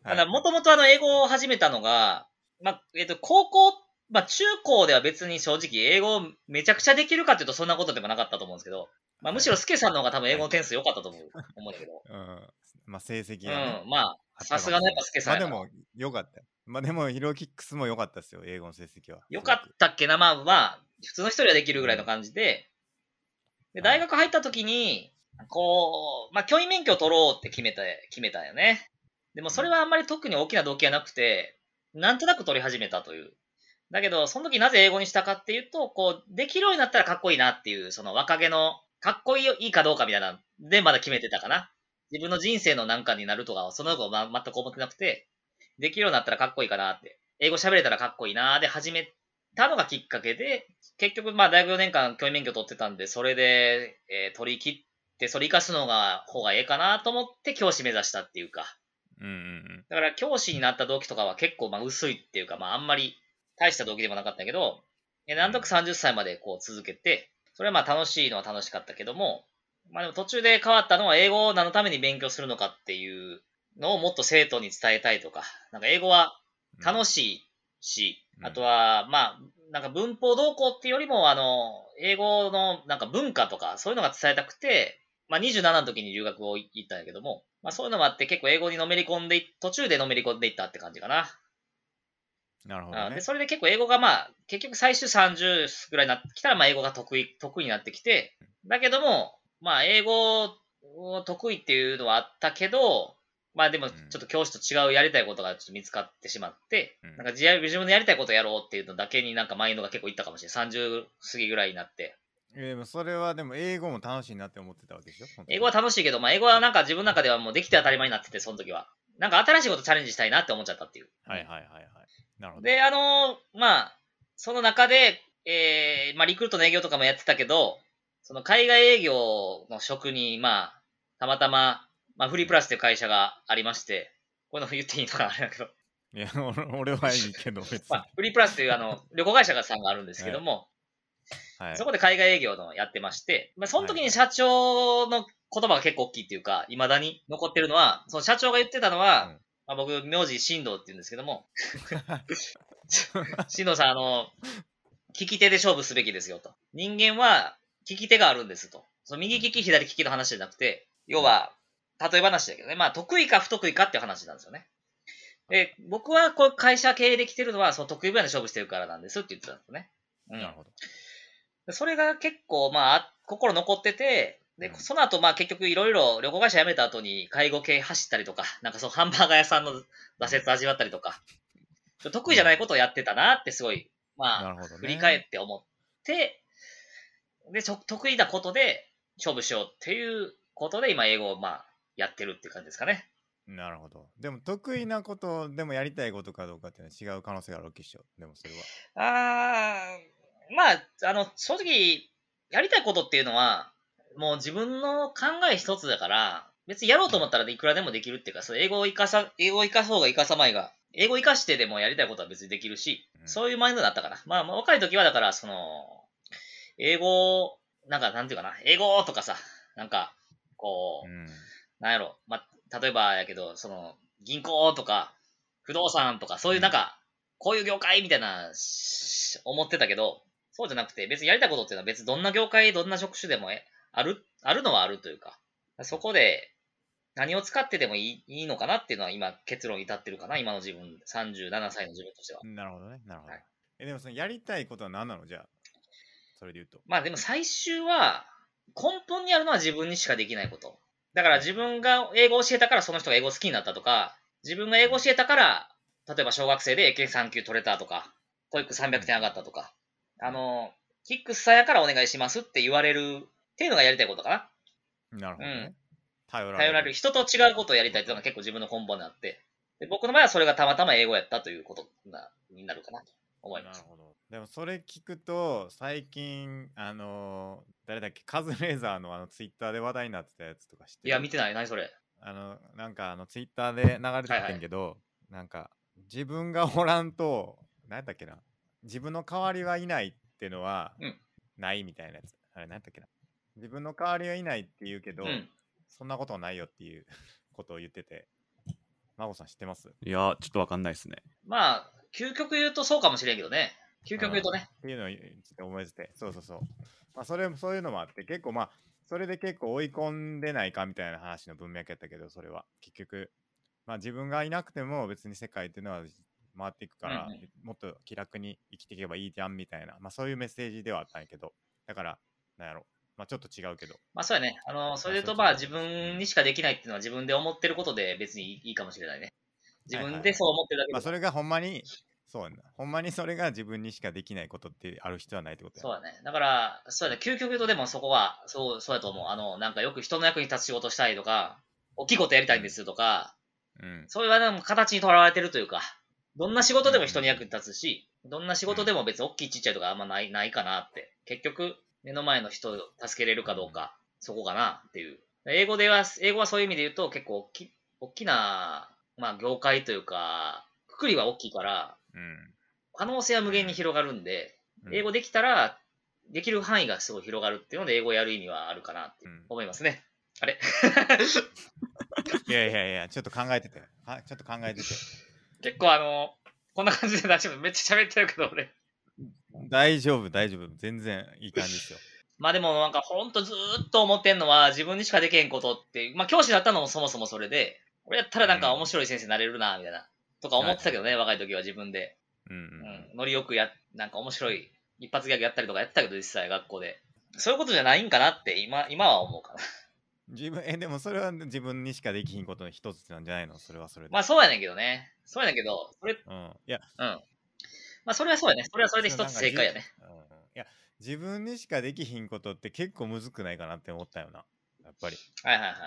た
い
だ、もともとあの、英語を始めたのが、まあ、えっ、と、高校、まあ、中高では別に正直、英語をめちゃくちゃできるかっていうと、そんなことでもなかったと思うんですけど、まあ、むしろスケさんの方が多分英語の点数良かったと思う、思うんだけど。
うん。まあ、成績
う
がね、
ん、まあ、さすがのやっぱスケさん
まあ
や
で
から。
も、よかったよ。まあでも、ヒロキックスもよかったですよ、英語の成績は。
よかったっけな、まあ、まあ、普通の人よりはできるぐらいの感じで、で、大学入った時に、こう、まあ、教員免許を取ろうって決めた、決めたよね。でも、それはあんまり特に大きな動機はなくて、なんとなく取り始めたという。だけど、その時なぜ英語にしたかっていうと、こう、できるようになったらかっこいいなっていう、その若気の、かっこいいよいいかどうかみたいな、で、まだ決めてたかな。自分の人生のなんかになるとかは、その後、ま、全く思ってなくて、できるようになったらかっこいいかなって。英語喋れたらかっこいいなで始めたのがきっかけで、結局、まあ、大学4年間教員免許取ってたんで、それで、えー取り切って、それ活かすのが、方がええかなと思って、教師目指したっていうか。
うんうん
だから、教師になった動機とかは結構、まあ、薄いっていうか、まあ、あんまり大した動機でもなかったけど、えーなんとか30歳までこう続けて、それはまあ、楽しいのは楽しかったけども、まあ、でも途中で変わったのは、英語を何のために勉強するのかっていうのをもっと生徒に伝えたいとか、なんか英語は
うん。
楽
しい。
しいし、
うん
あとは、まあ、なんか文法動向っていうよりも、あの、英語のなんか文化とか、そういうのが伝えたくて、まあ27の時に留学を行ったんだけども、まあそういうのもあって結構英語にのめり込んでい、途中でのめり込んでいったって感じかな。
なるほ
あ
どね
で、。それで結構英語がまあ、結局最終30ぐらいになってきたら、まあ英語が得意、得意になってきて、だけども、まあ英語を得意っていうのはあったけど、まあでも
うん
ちょっと教師と違うやりたいことがちょっと見つかってしまって、
うん
なんか自自分のやりたいことをやろうっていうのだけになんかマインドが結構いったかもしれない。30過ぎぐらいになって。
えーでもそれはでも英語も楽しいなって思ってたわけでしょ
英語は楽しいけど、まあ英語はなんか自分の中ではもうできて当たり前になってて、その時は。なんか新しいことチャレンジしたいなって思っちゃったっていう。
はいはいはいはい。なるほど。
で、あのーまあ、その中で、えー、まあ、リクルートの営業とかもやってたけど、その海外営業の職に、まあ、たまたま、まあ、フリープラスという会社がありまして、こういうの言っていいのかあれだけど、
いや、俺俺はいいけど、別に。 (laughs)
まあ、フリープラスというあの、旅行会社さんがあるんですけども、
はい
そ。こで海外営業のやってまして、まあ、その時に社長の言葉が結構大きいっていうか、未だに残ってるのは、その社長が言ってたのは、
うん
まあ、僕、名字、進藤って言うんですけども、 (laughs) 進藤さん、あの、利き手で勝負すべきですよと。人間は利き手があるんですと。その右利き、左利きの話じゃなくて、要は、例え話だけどね、まあ、得意か不得意かっていう話なんですよね。で、僕はこう会社経営できてるのは、その得意分野で勝負してるからなんですって言ってたんですね。うん
(laughs) なるほど。
でそれが結構、まああ、心残ってて、で
う、ん
その後、まあ結局いろいろ旅行会社辞めた後に介護系走ったりとか、なんかそのハンバーガー屋さんの挫折味わったりとか、得意じゃないことをやってたなってすごい、ま
な
あ、
るほどね。
振り返って思って、で、ちょ得意なことで勝負しようっていうことで、今英語をまあ、やってるっていう感じですかね。
なるほど。でも得意なことでもやりたいことかどうかっていうのは違う可能性があるわけでしょ。でもそれは。
あーまあ、あの、正直、やりたいことっていうのは、もう自分の考え一つだから、別にやろうと思ったらいくらでもできるっていうか、その英語を生かさ、英語を生かそうが生かさまいが、英語を生かしてでもやりたいことは別にできるし、
うん
そういうマインドだったから。まあ、まあ若い時はだから、その、英語を、なんか、なんていうかな、英語とかさ、なんか、こう、
うん。
なんやろ、まあ、例えばやけど、その、銀行とか、不動産とか、そういうなんか、こういう業界みたいな、し思ってたけど、そうじゃなくて、別にやりたいことっていうのは別にどんな業界、どんな職種でもえある、あるのはあるというか、そこで何を使ってでもいいいいのかなっていうのは今結論に至ってるかな、今の自分、37歳の自分としては。
なるほどね。なるほど。
はい
えでもそのやりたいことは何なのじゃあそれで言うと。
まあでも最終は、根本にあるのは自分にしかできないこと。だから自分が英語を教えたからその人が英語好きになったとか、自分が英語を教えたから、例えば小学生で英検3級取れたとか、トイック300点上がったとか、あの、キックスさやからお願いしますって言われるっていうのがやりたいことかな。
なるほどね。
うん
頼られる。
頼られる人と違うことをやりたいっていうのが結構自分の根本にあって、で僕の場合はそれがたまたま英語やったということなになるかなと思いま
な
す
る。ほど。でもそれ聞くと最近あのー誰だっけカズレーザーのあのツイッターで話題になってたやつとかして
いや、見てない。何それ。
あのなんかあのツイッターで流れてたんやけど、なんか自分がおらんと何やったっけな自分の代わりはいないっていうのは
うん
ないみたいなやつ、あれ何やったっけな自分の代わりはいないって言うけ
う
ど、
ん。
そんなことはないよっていうことを言ってて真帆さん知ってますっ
いやー、ちょっとわかんないですね。
まあ、究極言うとそうかもしれんけどね。究極言うとね。
ていうのを言ちょっと思い出してそうそうそう、まあ、それもそういうのもあって結構まあそれで結構追い込んでないかみたいな話の文脈やったけどそれは結局まあ自分がいなくても別に世界っていうのは回っていくから、
うんう
もっと気楽に生きていけばいいじゃんみたいな、まあ、そういうメッセージではあったんやけどだからなんやろまあちょっと違うけど
まあそうやね。あの、それで言うとまあ自分にしかできないっていうのは自分で思ってることで別にいいかもしれないね。自分でそう思ってるだけで、
まあそれがほんまにそうやなほんまにそれが自分にしかできないことってある人はないってことや
そうだね。だから、そうだね。究極言うとでもそこは、そう、そうやと思う。あの、なんかよく人の役に立つ仕事したいとか、大きいことやりたいんですとか、
うん
そういうのも形にとらわれてるというか、どんな仕事でも人に役に立つし、どんな仕事でも別に大きいちっちゃいとかあんまない、ないかなって。結局、目の前の人を助けれるかどうか、そこかなっていう。英語では、英語はそういう意味で言うと結構大き、大きな、まあ業界というか、くくりは大きいから、
うん
可能性は無限に広がるんで、
うん
英語できたら、できる範囲がすごい広がるっていうので、英語をやる意味はあるかなって
うん
思いますね。あれ
いやいやいやちょっと考えててはちょっと考えてて
結構あの、こんな感じで大丈夫。めっちゃ喋ってるけど、俺。
大丈夫大丈夫全然いい感じですよ
まあでもなんかほんとずーっと思ってんのは自分にしかできへんことって、まあ教師だったのもそもそもそれで、俺やったらなんか面白い先生になれるな、みたいな、とか思ってたけどね、若い時は自分で。
うんうん
うん。ノリよくや、なんか面白い一発ギャグやったりとかやってたけど、実際学校で。そういうことじゃないんかなって今、今は思うかな。
自分えでもそれは自分にしかできひんことの一つなんじゃないのそれはそれで、
まあそうやねんけどね。そうやねんけど、それ、
うん、いや
まあそれはそうやね。それはそれで一つ正解やね。
うんいや自分にしかできひんことって結構むずくないかなって思ったよなやっぱり
はいはいはいはい。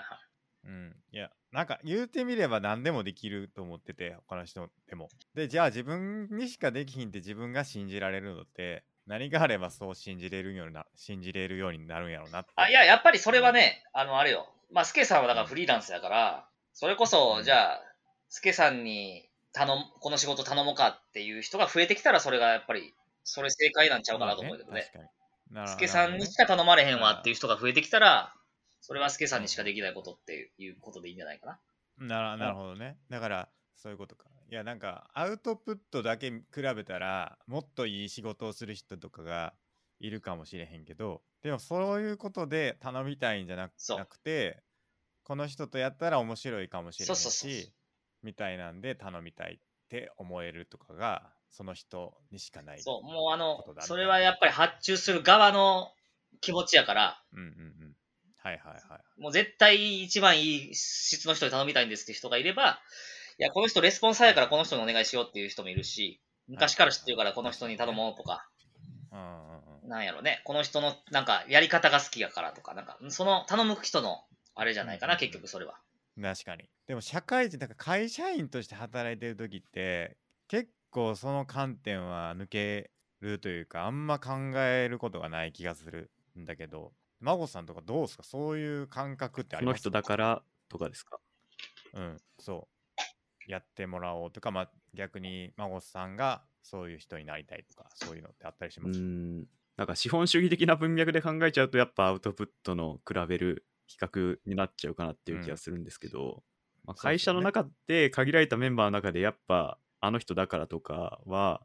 うんいやなんか言うてみれば何でもできると思ってて他の人でもでじゃあ自分にしかできひんって自分が信じられるのって何があればそう信じれるような信じれるようになるんやろうなって
あ、いや、やっぱりそれはね、あの、あれよ。まあ、スケさんはだからフリーランスだから、それこそ、じゃあ、スケさんに頼む、この仕事頼もうかっていう人が増えてきたら、それがやっぱり、それ正解なんちゃうかなと思うけどね。
まあねな
スケさんにしか頼まれへんわっていう人が増えてきたら、それはスケさんにしかできないことっていうことでいいんじゃないかな。
ならなるほどね。だからそういうことか。いやなんかアウトプットだけ比べたらもっといい仕事をする人とかがいるかもしれへんけどでもそういうことで頼みたいんじゃなく
そう
なくてこの人とやったら面白いかもしれへんし
そうそうそうそう
みたいなんで頼みたいって思えるとかがその人にしかない。
そう、もうあの
こと、だね
それはやっぱり発注する側の気持ちやから、
うんうんうん。はいはいはい。
もう絶対一番いい質の人に頼みたいんですって人がいれば、いや、この人レスポンサーやからこの人にお願いしようっていう人もいるし、昔から知ってるからこの人に頼もうとか、
うんうんうん。
なんやろね、この人のなんかやり方が好きやからとか、なんか、その頼む人のあれじゃないかな、
うん
結局それは。
確かにでも社会人だから会社員として働いてる時って結構その観点は抜けるというかあんま考えることがない気がするんだけど孫さんとかどうですかそういう感覚ってあ
こ
り
の
ます
人だからとかですか
うんそうやってもらおうとか、まあ、逆に孫さんがそういう人になりたいとかそういうのってあったりし
う
ます
んなんか資本主義的な文脈で考えちゃうとやっぱアウトプットの比べる比較になっちゃうかなっていう気がするんですけど、まあ、
そうで
会
すよ
社
ね
の中で限られたメンバーの中でやっぱあの人だからとかは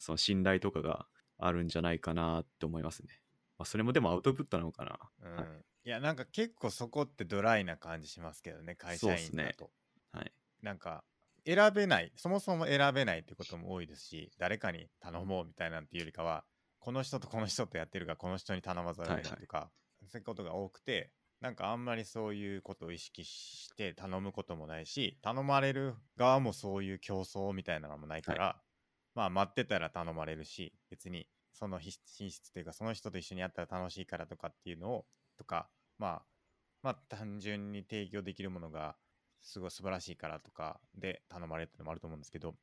その信頼とかがあるんじゃないかなって思いますね、まあ、それもでもアウトプットなのかな
うん
はい
いやなんか結構そこってドライな感じしますけどね会
そう
社
っす
員
ね
だと、
はい
なんか選べないそもそも選べないってことも多いですし誰かに頼もうみたいなんていうよりかはこの人とこの人とやってるからこの人に頼まざるを得ないとか、そういうことが多くてなんかあんまりそういうことを意識して頼むこともないし頼まれる側もそういう競争みたいなのもないから、まあ待ってたら頼まれるし別にそのひ品質というかその人と一緒にやったら楽しいからとかっていうのをとかまあまあ単純に提供できるものがすごい素晴らしいからとかで頼まれるってのもあると思うんですけど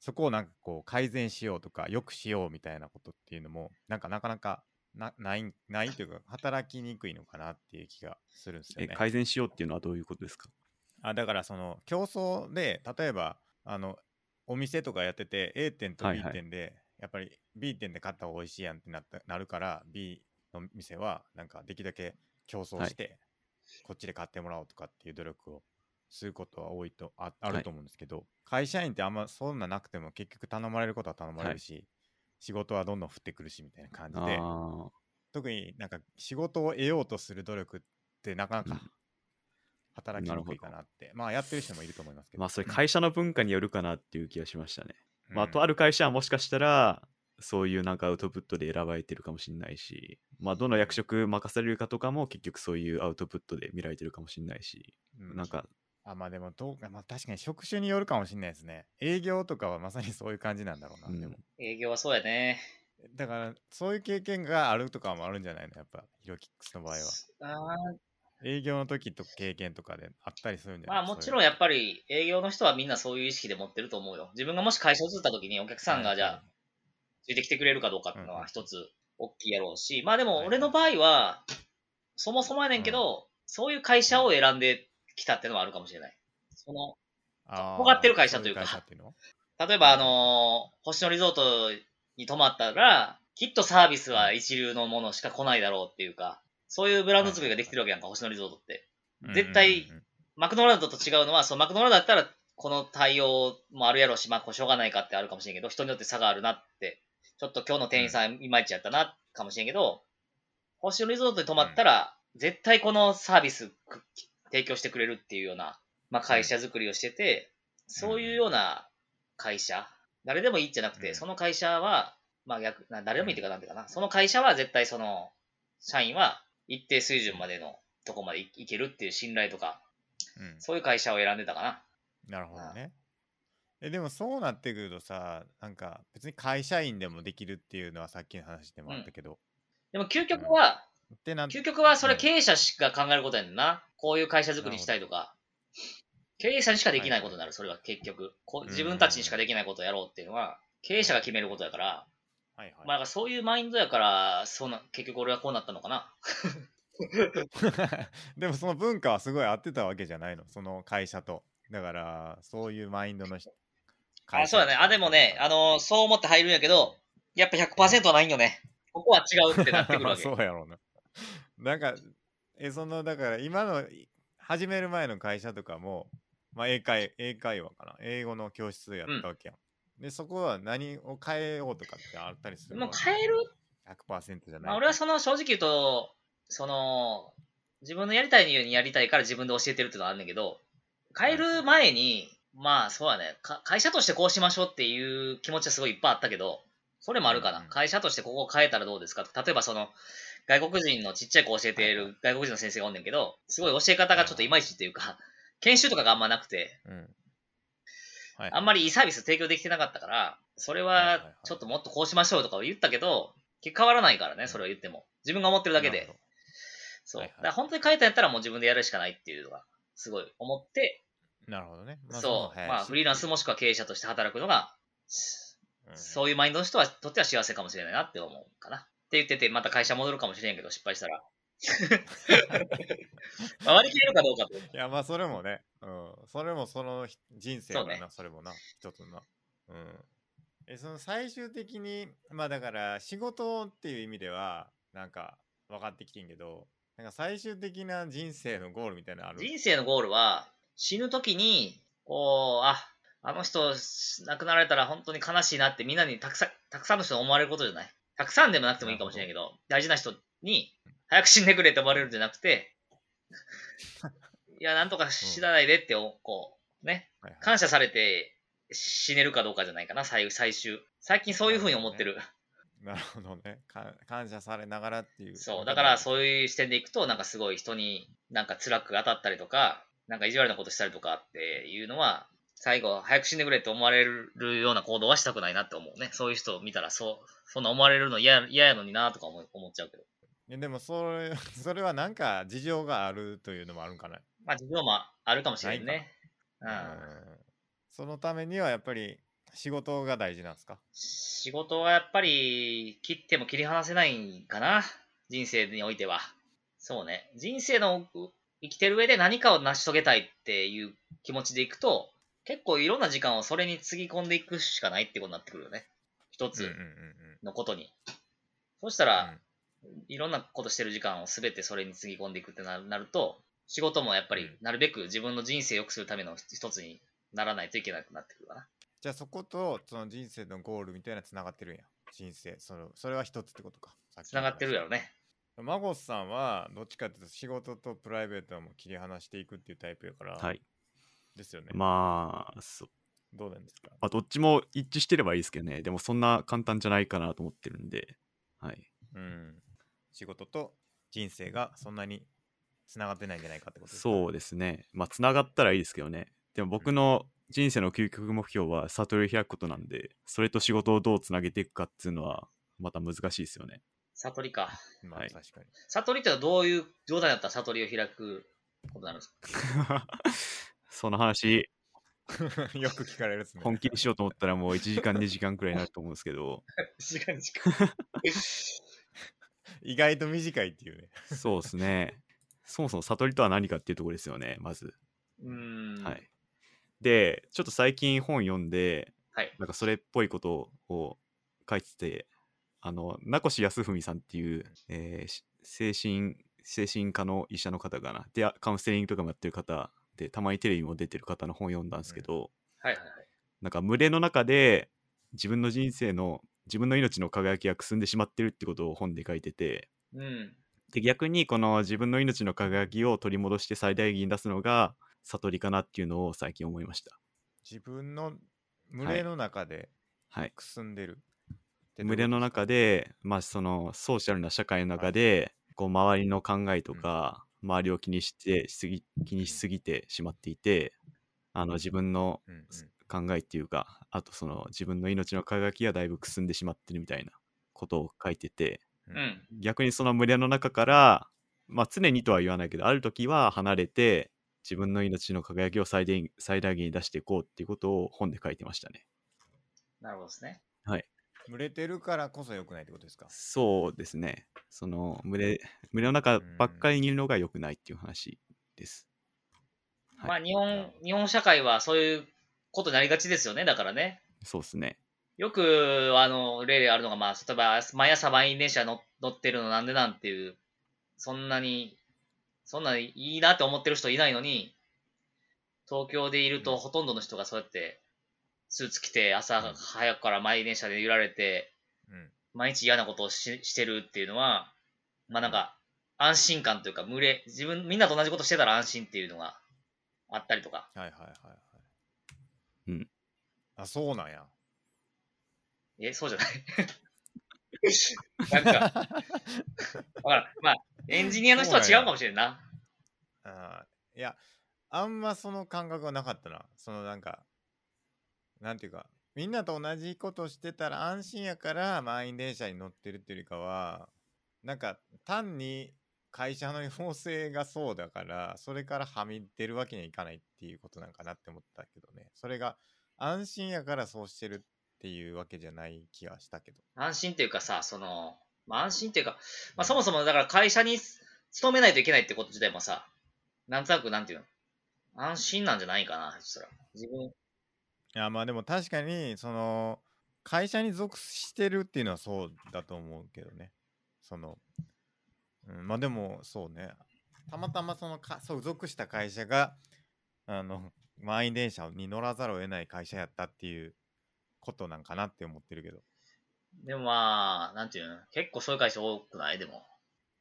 そこをなんかこう改善しようとか良くしようみたいなことっていうのもなんかなかなかなないないというか働きにくいのかなっていう気がするんですよ
え
ね。
改善しようっていうのはどういうことですか
あだからその競争で例えばあのお店とかやってて A 店と
はい
B
はい
店で、やっぱり B 店で買った方が美味しいやんってなったなるから B の店はなんかできるだけ競争して、こっちで買ってもらおうとかっていう努力をすることは多いとああ
は
る
い
と思うんですけど、会社員ってあんまそんななくても結局頼まれることは頼まれるし、仕事はどんどん降ってくるしみたいな感じ
あ
で
ー
特になんか仕事を得ようとする努力ってなかなか働きにくいかなってまあやってる人もいると思いますけど
まあそれ会社の文化によるかなっていう気がしましたね、まあ、とあ
る
る会社はもしかしたらそういうなんかアウトプットで選ばれてるかもしれないし、まあ、どの役職任されるかとかも結局そういうアウトプットで見られてるかもしれないし、なんか
あまあでもどうかまあ確かに職種によるかもしれないですね営業とかはまさにそういう感じなんだろうな、
うん
でも
営業はそうやね。
だからそういう経験があるとかもあるんじゃないのやっぱヒロキックスの場合は
あー
営業の時と経験とかであったりするんじゃ
ま
な
あ
い
もちろんやっぱり営業の人はみんなそういう意識で持ってると思うよ。自分がもし会社を移った時にお客さんがじゃあついてきてくれるかどうかっていうの
うんう
は
ん
一つ大きいやろうし、まあで
はいは
も
い
俺の場合は、そもそもやねんけど、そういう会社を選んできたってのはあるかもしれない。その、尖ってる会社という
そうい
か
う会社っていうの
例えばあのー星野リゾートに泊まったら、きっとサービスは一流のものしか来ないだろうっていうか、そういうブランド作りができてるわけやんか、星野リゾートって。 (laughs) 絶対
うんうんうん
マクドナルドと違うのは、そう、マクドナルドだったら、この対応もあるやろうし、まあ、こうしょうがないかってあるかもしれんけど、人によって差があるなって、ちょっと今日の店員さんいまいちやったな、かもしれんけど、星野リゾートに泊まったら、絶対このサービスく提供してくれるっていうような、まあ、会社作りをしてて、そういうような会社、誰でもいいんじゃなく
う
て、
ん
その会社は、まあ逆、な誰でもいいっていうかなんていうかな、その会社は絶対その、社員は一定水準までのとこまでいいけるっていう信頼とか、
うん
そういう会社を選んでたかな。
なるほどね。えでもそうなってくるとさなんか別に会社員でもできるっていうのはさっきの話でもあったけど、
でも究極は、
でなん
究極はそれ
うん
経営者しか考えることやねんな。こういう会社作りしたいとか。経営者にしかできないことになる、それは結局。こ
う
うん自分たちにしかできないことをやろうっていうのは、経営者が決めることやから、
はいはい
まあだからそういうマインドやから、そうな、結局俺はこうなったのかな。
(laughs) でもその文化はすごい合ってたわけじゃないのその会社とだからそういうマインド
(laughs)
の人
あ、そうだね。あ、でもね、あの、そう思って入るんやけど、やっぱ100%はないんよね。ここは違うってなってく
(laughs)
るわけ。
そうやろうな。なんか、え、その、だから今の、い始める前の会社とかも、まあ、英会、英会話かな。英語の教室やったわけやん。で、そこは何を変えようとかってあったりする
もう変える、
100%じゃない。
まあ、俺はその正直言うと、その、自分のやりたいようにやりたいから自分で教えてるっていうのはあるんだけど、変える前に、まあそうだねか、会社としてこうしましょうっていう気持ちはすごいいっぱいあったけど、それもあるかな。
うんうん
会社としてここを変えたらどうですか例えばその、外国人のちっちゃい子教えている外国人の先生がおんねんけど、すごい教え方がちょっといまいちっていうか、研修とかがあんまなくて、
うん。はい。
あんまりいいサービス提供できてなかったから、それ
はいはいは
はいちょっともっとこうしましょうとかを言ったけど、結果変わらないからね、それを言っても。自分が思ってるだけ
なる
で
ほ。ど。
そう。
はい
だ
はい
から本当に変えたんやったらもう自分でやるしかないっていうのが、すごい思って、
なるほどね。
そう。まあ、フリーランスもしくは経営者として働くのが、す
う
そういうマインドの人は、とっては幸せかもしれないなって思うかな。って言ってて、また会社戻るかもしれんけど、失
(laughs)
敗したら。まあ割り切れるかどうかと。
ん。いや、まあ、それもね。うん。それもそのひ人生だな、
そうね
それもな。一つのな。うん。え、その最終的に、まあ、だから、仕事っていう意味では、なんか、分かってきてんけど、なんか最終的な人生のゴールみたいなのある。
人生のゴールは、死ぬ時に、こう、あ、あの人亡くなられたら本当に悲しいなってみんなにたくさん、たくさんの人に思われることじゃない。たくさんでもなくてもいいかもしれないけど、大事な人に、早く死んでくれって思われるんじゃなくて、いや、なんとか死なないでって、おこう、ね、
はいはい
感謝されて死ねるかどうかじゃないかな、最最終。最近そういうふうに思ってる。
なるほどねか。感謝されながらっていう。
そう、だから
う。
そういう視点でいくと、なんかすごい人になんか辛く当たったりとか、なんか意地悪なことしたりとかっていうのは、最後、早く死んでくれって思われるような行動はしたくないなって思うね。そういう人を見たら、そう、そんな思われるの嫌や嫌やのになとか思い思っちゃうけど。
えでも、それ、 (laughs) それはなんか事情があるというのもあるんかな。
まあ、事情もあるかもしれん
ない
ね。うん。
うんそのためにはやっぱり仕事が大事なんですか
仕事はやっぱり、切っても切り離せないんかな。人生においては。そうね。人生のう生きてる上で何かを成し遂げたいっていう気持ちでいくと、結構いろんな時間をそれにつぎ込んでいくしかないってことになってくるよね。一
うんう
つ
んうんうん
のことに。そうしたら、いろんなことしてる時間を全てそれにつぎ込んでいくってななると、仕事もやっぱ
う
り
ん
なるべく自分の人生を良くするための一つにならないといけなくなってくるかな。
じゃあそことその人生のゴールみたいなつながってるんや人生そのそれは一つってことか
つながってるやろ
ね
ね。
マゴスさんはどっちかっていうと仕事とプライベートはもう切り離していくっていうタイプやから、
はい。
ですよね、
まあ、そう。
どうなんですか
まあ、どっちも一致してればいいですけどね。でもそんな簡単じゃないかなと思ってるんで。はい。
うん仕事と人生がそんなにつながってないんじゃないかってことですか
そうですね。まあ、つながったらいいですけどね。でも僕の人生の究極目標は悟りを開くことなんで、それと仕事をどうつなげていくかっていうのは、また難しいですよね。 (laughs)
悟りか。
まあ
はい
確かに
悟りってのはどういう状態だったら悟りを開くことになるんですか
その
(laughs)
話、
よく聞かれるっすね
本気にしようと思ったらもう1時間、2時間くらいになると思うんですけど、
時間時間。
意外と短いっていうね
そうですね。そもそも悟りとは何かっていうところですよね、まず。
うーん。
は。い。で、ちょっと最近本読んで、
はい。
なんかそれっぽいことを書いてて、あの、名越康文さんっていう、えーし精神、精神科の医者の方かな。で、あカウンセリングとかもやってる方で、たまにテレビも出てる方の本読んだんですけど、
はいはいはい。
なんか群れの中で自分の人生の、自分の命の輝きがくすんでしまってるってことを本で書いてて、
うん。
で逆にこの自分の命の輝きを取り戻して最大限に出すのが悟りかなっていうのを最近思いました。
自分の群
は
れ
い
の中で
はい。
くすんでる、
群れの中で、まあ、そのソーシャルな社会の中で、こう周りの考えとか、周りを気にしてしすぎ気にしすぎてしまっていてあの自分の
うんうん
考えっていうかあとその自分の命の輝きがだいぶくすんでしまってるみたいなことを書いてて
う。ん。
逆にその群れの中から、まあ、常にとは言わないけどある時は離れて自分の命の輝きを最大最大限に出していこうっていうことを本で書いてましたね。
なるほどですね。
群れてるからこそ良くないってことですか
そうですね。その群れ、群れの中ばっかりにいるのが良くないっていう話です。はい
まあ日
なる
本
ほ、
日本社会はそういうことになりがちですよね。だからね。
そうですね。
よく、あの、例であるのが、まあ、例えば、毎朝満員電車乗乗ってるのなんでなんていう、そんなに、そんなにいいなって思ってる人いないのに、東京でいる
う
と
ん
ほとんどの人がそうやって、スーツ着て朝早くから満員電車で揺られて、
うん
毎日嫌なことをししてるっていうのは、まあなんか、安心感というか、群れ、自分、みんなと同じことしてたら安心っていうのがあったりとか。
はいはいはいはい。
うん。
あ、そうなん
(laughs)
や。
え、そうじゃない (laughs) なんか、わからん。まあ、エンジニアの人は違うかもしれんな。
あーいや、あんまその感覚はなかったな。そのなんか、なんていうか、みんなと同じことしてたら安心やから満員電車に乗ってるっていうよりかは、なんか単に会社の要請がそうだから、それからはみ出るわけにはいかないっていうことなんかなって思ったけどね。それが安心やからそうしてるっていうわけじゃない気がしたけど。
安心っていうかさ、その、まあ安心っていうか、まあそもそもだから会社に勤めないといけないってこと自体もさ、なんとなくなんていうの安心なんじゃないかな、そしたら。自分、
いやまあでも確かにその会社に属してるっていうのはそうだと思うけどねその、うん、まあでもそうねたまたまそのかそう属した会社があの (laughs) 満員電車に乗らざるを得ない会社やったっていうことなんかなって思ってるけど
でもまあ、なんていうの結構そういう会社多くないでも。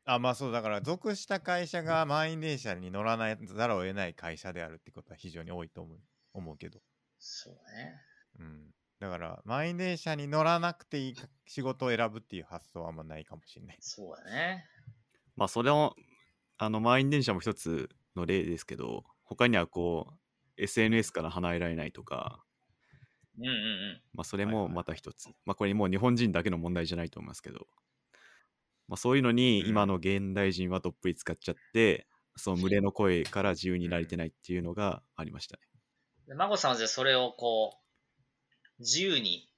あまあそうだから属した会社が満員電車に乗らないざるを得ない会社であるってことは非常に多いと思う思うけど
そうね。
うん、だから満員電車に乗らなくていいか仕事を選ぶっていう発想はあんまないかもしれない。
そうだね。
まあそれもあの満員電車も一つの例ですけど他にはこう SNS から離れられないとか、
うんうんうん。
まあ、それ
はい
も
はい
また一つ、まあこれもう日本人だけの問題じゃないと思いますけど、まあ、そういうのに
うん
今の現代人はどっぷり使っちゃって、その群れの声から自由になれてないっていうのがありましたね。
で、マコさんはじゃあそれをこう、自由に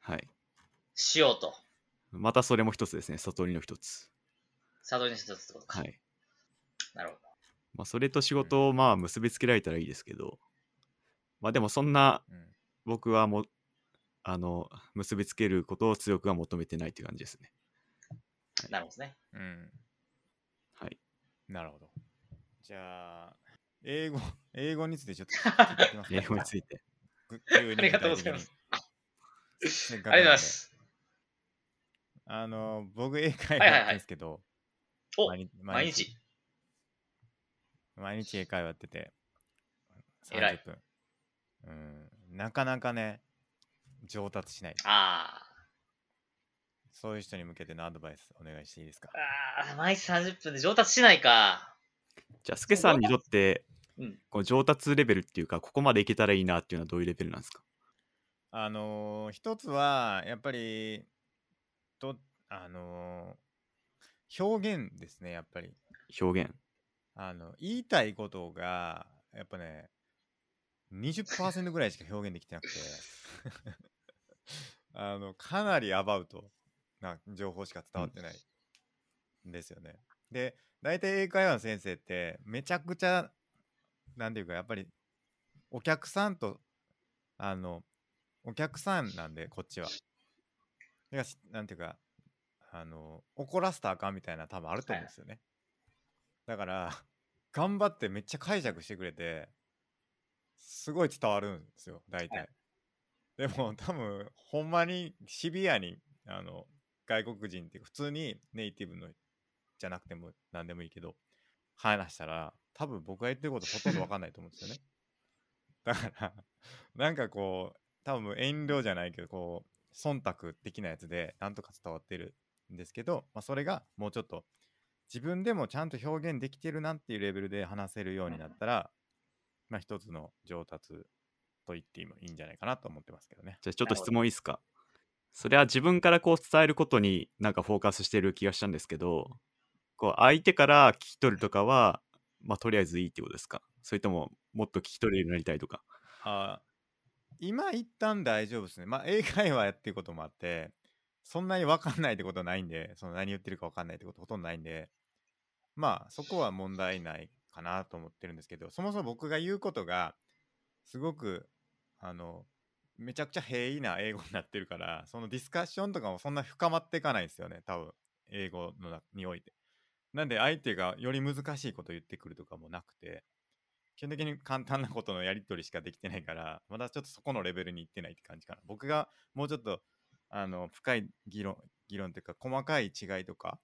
はい。
しようと。
またそれも一つですね、悟りの一つ。
サドリに一つってことか。
はい。
なるほど。
まあ、それと仕事をまあ結びつけられたらいいですけど、まあでもそんな
うん
僕はもうあの結びつけることを強くは求めてないって感じですね。
なるほどですね。
うん、
はい。
なるほど。じゃあ英
(laughs)
語英語についてちょっと聞いていきます
英語について。
て
ありがとうござい
急に
ま。
具体
す。
的にせっか
あ
くなんで
りがとうございます。
あの僕英会話
はいはいは
やってるん
い
ですけど、
お
毎日
毎日。
毎日英会話やってて
偉い
30分。うん、なかなかね上達しない。
あ
そういう人に向けてのアドバイスお願いしていいですか
ー。あー、毎日30分で上達しないか。
じゃあ、スケさんにとって、
うん
こう上達レベルっていうか、ここまでいけたらいいなっていうのはどういうレベルなんですか
あのー一つはやっぱりとあのー表現ですねやっぱり
表現。
あの言いたいことがやっぱね20%ぐらいしか表現できてなくて (laughs) あのかなりアバウトな情報しか伝わってないんですよね。で大体英会話の先生ってめちゃくちゃなんていうかやっぱりお客さんとあのお客さんなんでこっちは。だからしなんていうかあの怒らせたらあかんみたいな多分あると思うんですよね。だから頑張ってめっちゃ解釈してくれてすごい伝わるんですよ大体、
は
でも多分ほんまにシビアにあの外国人っていうか普通にネイティブのじゃなくても何でもいいけど話したら多分僕が言ってることほとんど分かんないと思うんですよね (laughs) だからなんかこう多分遠慮じゃないけどこう忖度的なやつでなんとか伝わってるんですけど、まあ、それがもうちょっと自分でもちゃんと表現できてるなっていうレベルで話せるようになったら、まあ一つの上達と言ってもいいんじゃないかなと思ってますけどね。
じゃあ、ちょっ
な
と
るほど
質問いいですかそれは自分からこう伝えることになんかフォーカスしてる気がしたんですけど、こう相手から聞き取るとかは、まあ、とりあえずいいってことですかそれとも、もっと聞き取れるようになりたいとか。
あー今一旦大丈夫ですね。まあ英会話やっていうこともあって、そんなに分かんないってことはないんで、その何言ってるか分かんないってことほとんどないんで、まあそこは問題ないかなと思ってるんですけど、そもそも僕が言うことが、すごく、あの、めちゃくちゃ平易な英語になってるからそのディスカッションとかもそんな深まっていかないですよね多分英語のなにおいてなんで相手がより難しいこと言ってくるとかもなくて基本的に簡単なことのやり取りしかできてないからまだちょっとそこのレベルに行ってないって感じかな僕がもうちょっとあの深い議論議論というか細かい違いとか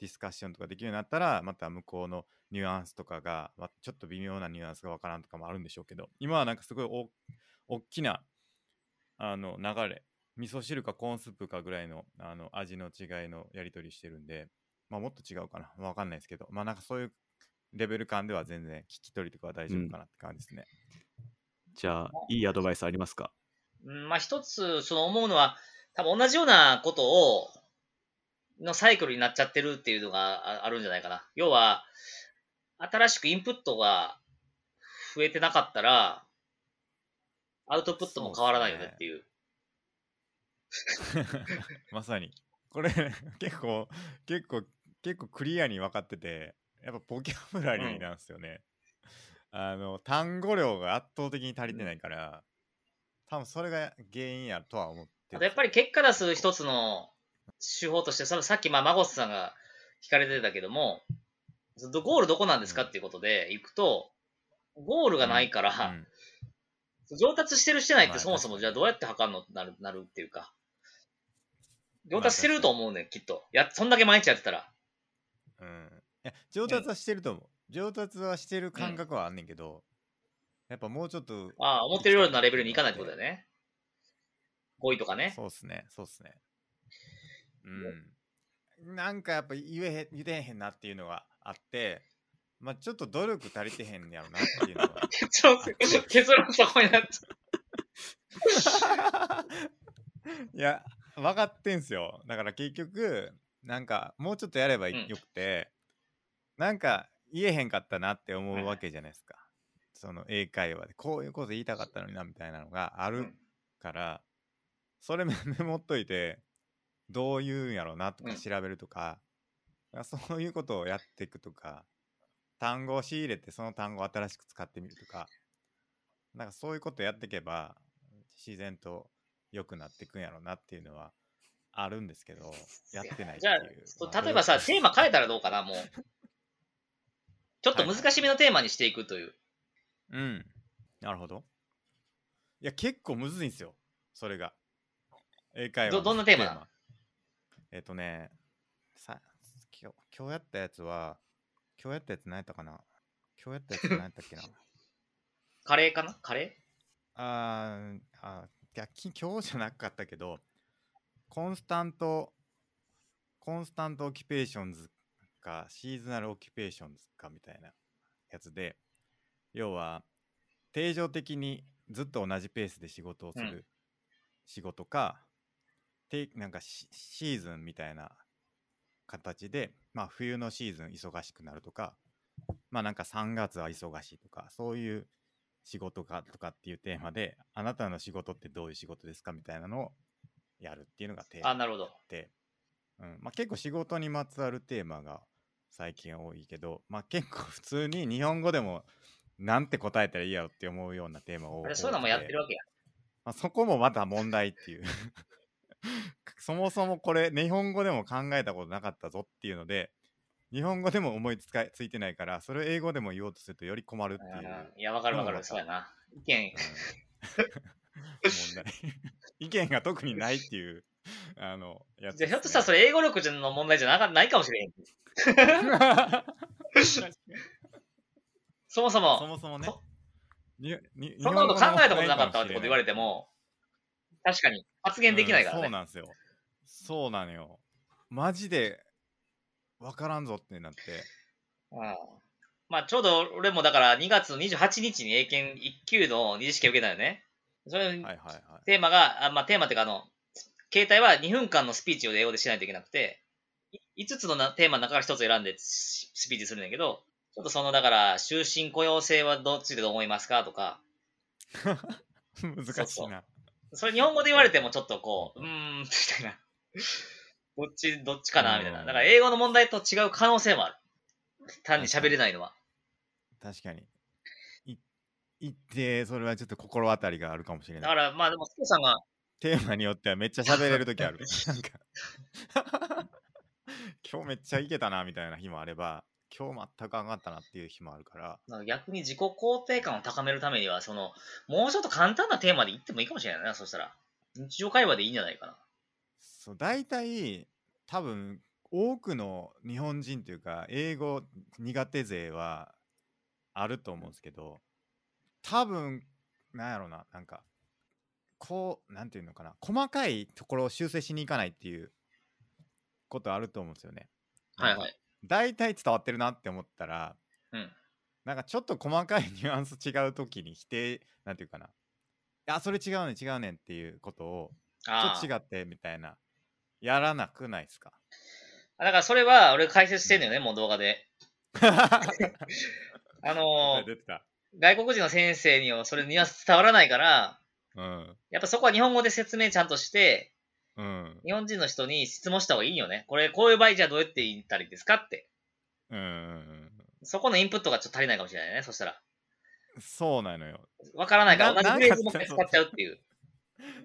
ディスカッションとかできるようになったらまた向こうのニュアンスとかが、まあ、ちょっと微妙なニュアンスがわからんとかもあるんでしょうけど今はなんかすごいお大きなあの流れ味噌汁かコーンスープかぐらいのあの味の違いのやり取りしてるんで、まあ、もっと違うかな、まあわかんないですけどまあなんかそういうレベル感では全然聞き取りとかは大丈夫かなって感じですね。
じゃあ、いいアドバイスありますか
うん、まあ一つ、その思うのは、多分同じようなことを、のサイクルになっちゃってるっていうのがああるんじゃないかな。要は、新しくインプットが増えてなかったら、アウトプットも変わらないよねっていう。
(laughs) まさにこれ結構結構結構クリアに分かっててやっぱボキャブラリーなんですよね。あの単語量が圧倒的に足りてないから、多分それが原因やとは思って
あとやっぱり結果出す一つの手法として、ささっき、まあ、マゴスさんが聞かれてたけども、ずっとゴールどこなんですかっていうことで行くと、ゴールがないから、
うん
上達してるしてないっ
ま
て
あ
そもそも
確
じ
かに
ゃあどうやって測るのってなるなるっていうか。
まあ
上達してると思うね、きっと。や、そんだけ毎日やってたら。
うん、いや上達はしてると思う、上達はしてる感覚はあんねんけど、やっぱもうちょっと
ああ、思ってるようなレベルにいかないってことだよね。5位とかね。
そうっすねそうっすねうんなんかやっぱ言えへん言えへんなっていうのがあってまあちょっと努力足りてへんやろなっていうのは
結論、結論そこになっちゃ
いや分かってんすよだから結局なんかもうちょっとやれば
うん
いよくて、なんか言えへんかったなって思うわけじゃないですか、その英会話でこういうこと言いたかったのになみたいなのがあ
う。う
る
ん
から、それメメモっといてどう言うんやろうなと
う
か
ん
調べるとか、そういうことをやっていくとか単語を仕入れてその単語を新しく使ってみるとかなんかそういうことやっていけば自然と良くなっていくんやろうなっていうのはあるんですけ
(laughs)
どやってないって
じゃあ
いう。ま
例えばさ、テーマ変えたらどうかな、もう。ちょっと
はいはい
難しめのテーマにしていくという。
うん。なるほど。いや、結構むずいんですよ。それが。英会話の
どどんなテーマ
えっ、とね、さ今日、今日やったやつは、今日やったやつ何やったかな今日やったやつ何やったっけな
カレーかなカレ
あーあー、いや、き今日じゃなかったけど、コンスタント、コンスタントオキュペーションズか、シーズナルオキュペーションズかみたいなやつで、要は、定常的にずっと同じペースで仕事をす
う
る仕事か、てなんかシシーズンみたいな形で、まあ、冬のシーズン忙しくなるとか、まあなんか3月は忙しいとか、そういう仕事かとかっていうテーマで、あなたの仕事ってどういう仕事ですかみたいなのをやるっていうのがテー
ーあ、
マ
なるほど。
って、うんまあ、結構仕事にまつわるテーマが最近多いけど、まあ、結構普通に日本語でもなんて答えたらいいやろって思うようなテーマを
あれそういうのもやってるわけや。
まあ、そこもまた問題っていう (laughs) そもそもこれ日本語でも考えたことなかったぞっていうので日本語でも思いつかついてないからそれを英語でも言おうとするとより困るっていう、うん
うんいや、わかるわか
う
る。
ん
そうやな。意見、
問題意見が特にないっていうあのやつ
じ
ですね、
ゃあひょっとしたらそれ英語力の問題じゃなかないかもしれん。 (laughs) そもそ
そ
も、
もそもね
そ
にに
そんなこと考えたことなかったわってこと言われても、確かに発言できないから
うんそう
ね。
なんですよそうなのよマジで分からんぞってなって
うんまあちょうど俺もだから2月28日に英検1級の二次試験受けたよね。それ
はいはいはい
テーマが、あまあテーマっていうかあの、携帯は2分間のスピーチを英語でしないといけなくて、5つのなテーマの中から1つ選んでススピーチするんだけど、ちょっとそのだから、終身雇用制はどっちでどう思いますかとか、
難しいな。 (laughs)
それ日本語で言われてもちょっとこう、うーん、みたいな。 (laughs) どっち、どっちかなみたいな。だから英語の問題と違う可能性もある。単に喋れないのは。
確かに。い行って、それはちょっと心当たりがあるかもしれ
だか
ない。
ら、まあでも、スケさんが、
テーマによってはめっちゃ喋れる時ある。なんか (laughs) 今日めっちゃいけたなみたいな日もあれば、今日全く上がったなっていう日もあるから、
なんか逆に自己肯定感を高めるためには、その、もうちょっと簡単なテーマで言ってもいいかもしれないな、そしたら。日常会話でいいんじゃないかな。
そう大体多分多くの日本人というか英語苦手勢はあると思うんですけど多分なんやろななんかこうなんていうのかな細かいところを修正しに行かないっていうことあると思うんですよね。
はいはい。
大体伝わってるなって思ったら
うん。
なんかちょっと細かいニュアンス違う時に否定なんていうかな「あそれ違うね違うねん」っていうことをちょ
あ
っ
あ
と。違ってみたいなやらなくないですか
あだからそれは、俺解説してんのよね、もう動画で。あ
答
の
え (laughs) 出てた。
外国人の先生にはそれニュアンス伝わらないから、
うん。
やっぱそこは日本語で説明ちゃんとして、
うん。
日本人の人に質問した方がいいよね。これ、こういう場合じゃあどうやって言ったらいいですかって。
うんうんうん。
そこのインプットがちょっと足りないかもしれないね、そしたら。
そうなのよ。
わからないか
な
ら、同じフレーズもう一回
な
使
ん
っ
か
ちゃうっていう。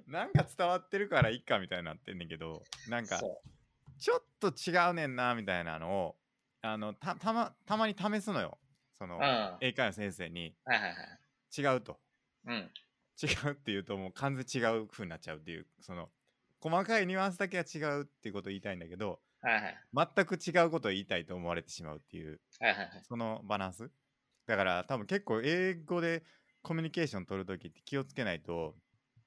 なんか伝わってるからいっかみたいになってんねんけど、なんか
そ。
ちょっと違うねんなみたいなのを、あの、たたま、たまに試すのよ。そうの
うん。、は
英会話の先生に
いはいはい。
違うと。
うん。
違うっていうともう完全に違う風になっちゃうっていう、その、細かいニュアンスだけは違うっていうことを言いたいんだけど、
はいはい。
全く違うことを言いたいと思われてしまうっていう。
はいはいはい。
そのバランスだから多分結構英語でコミュニケーション取るときって気をつけないと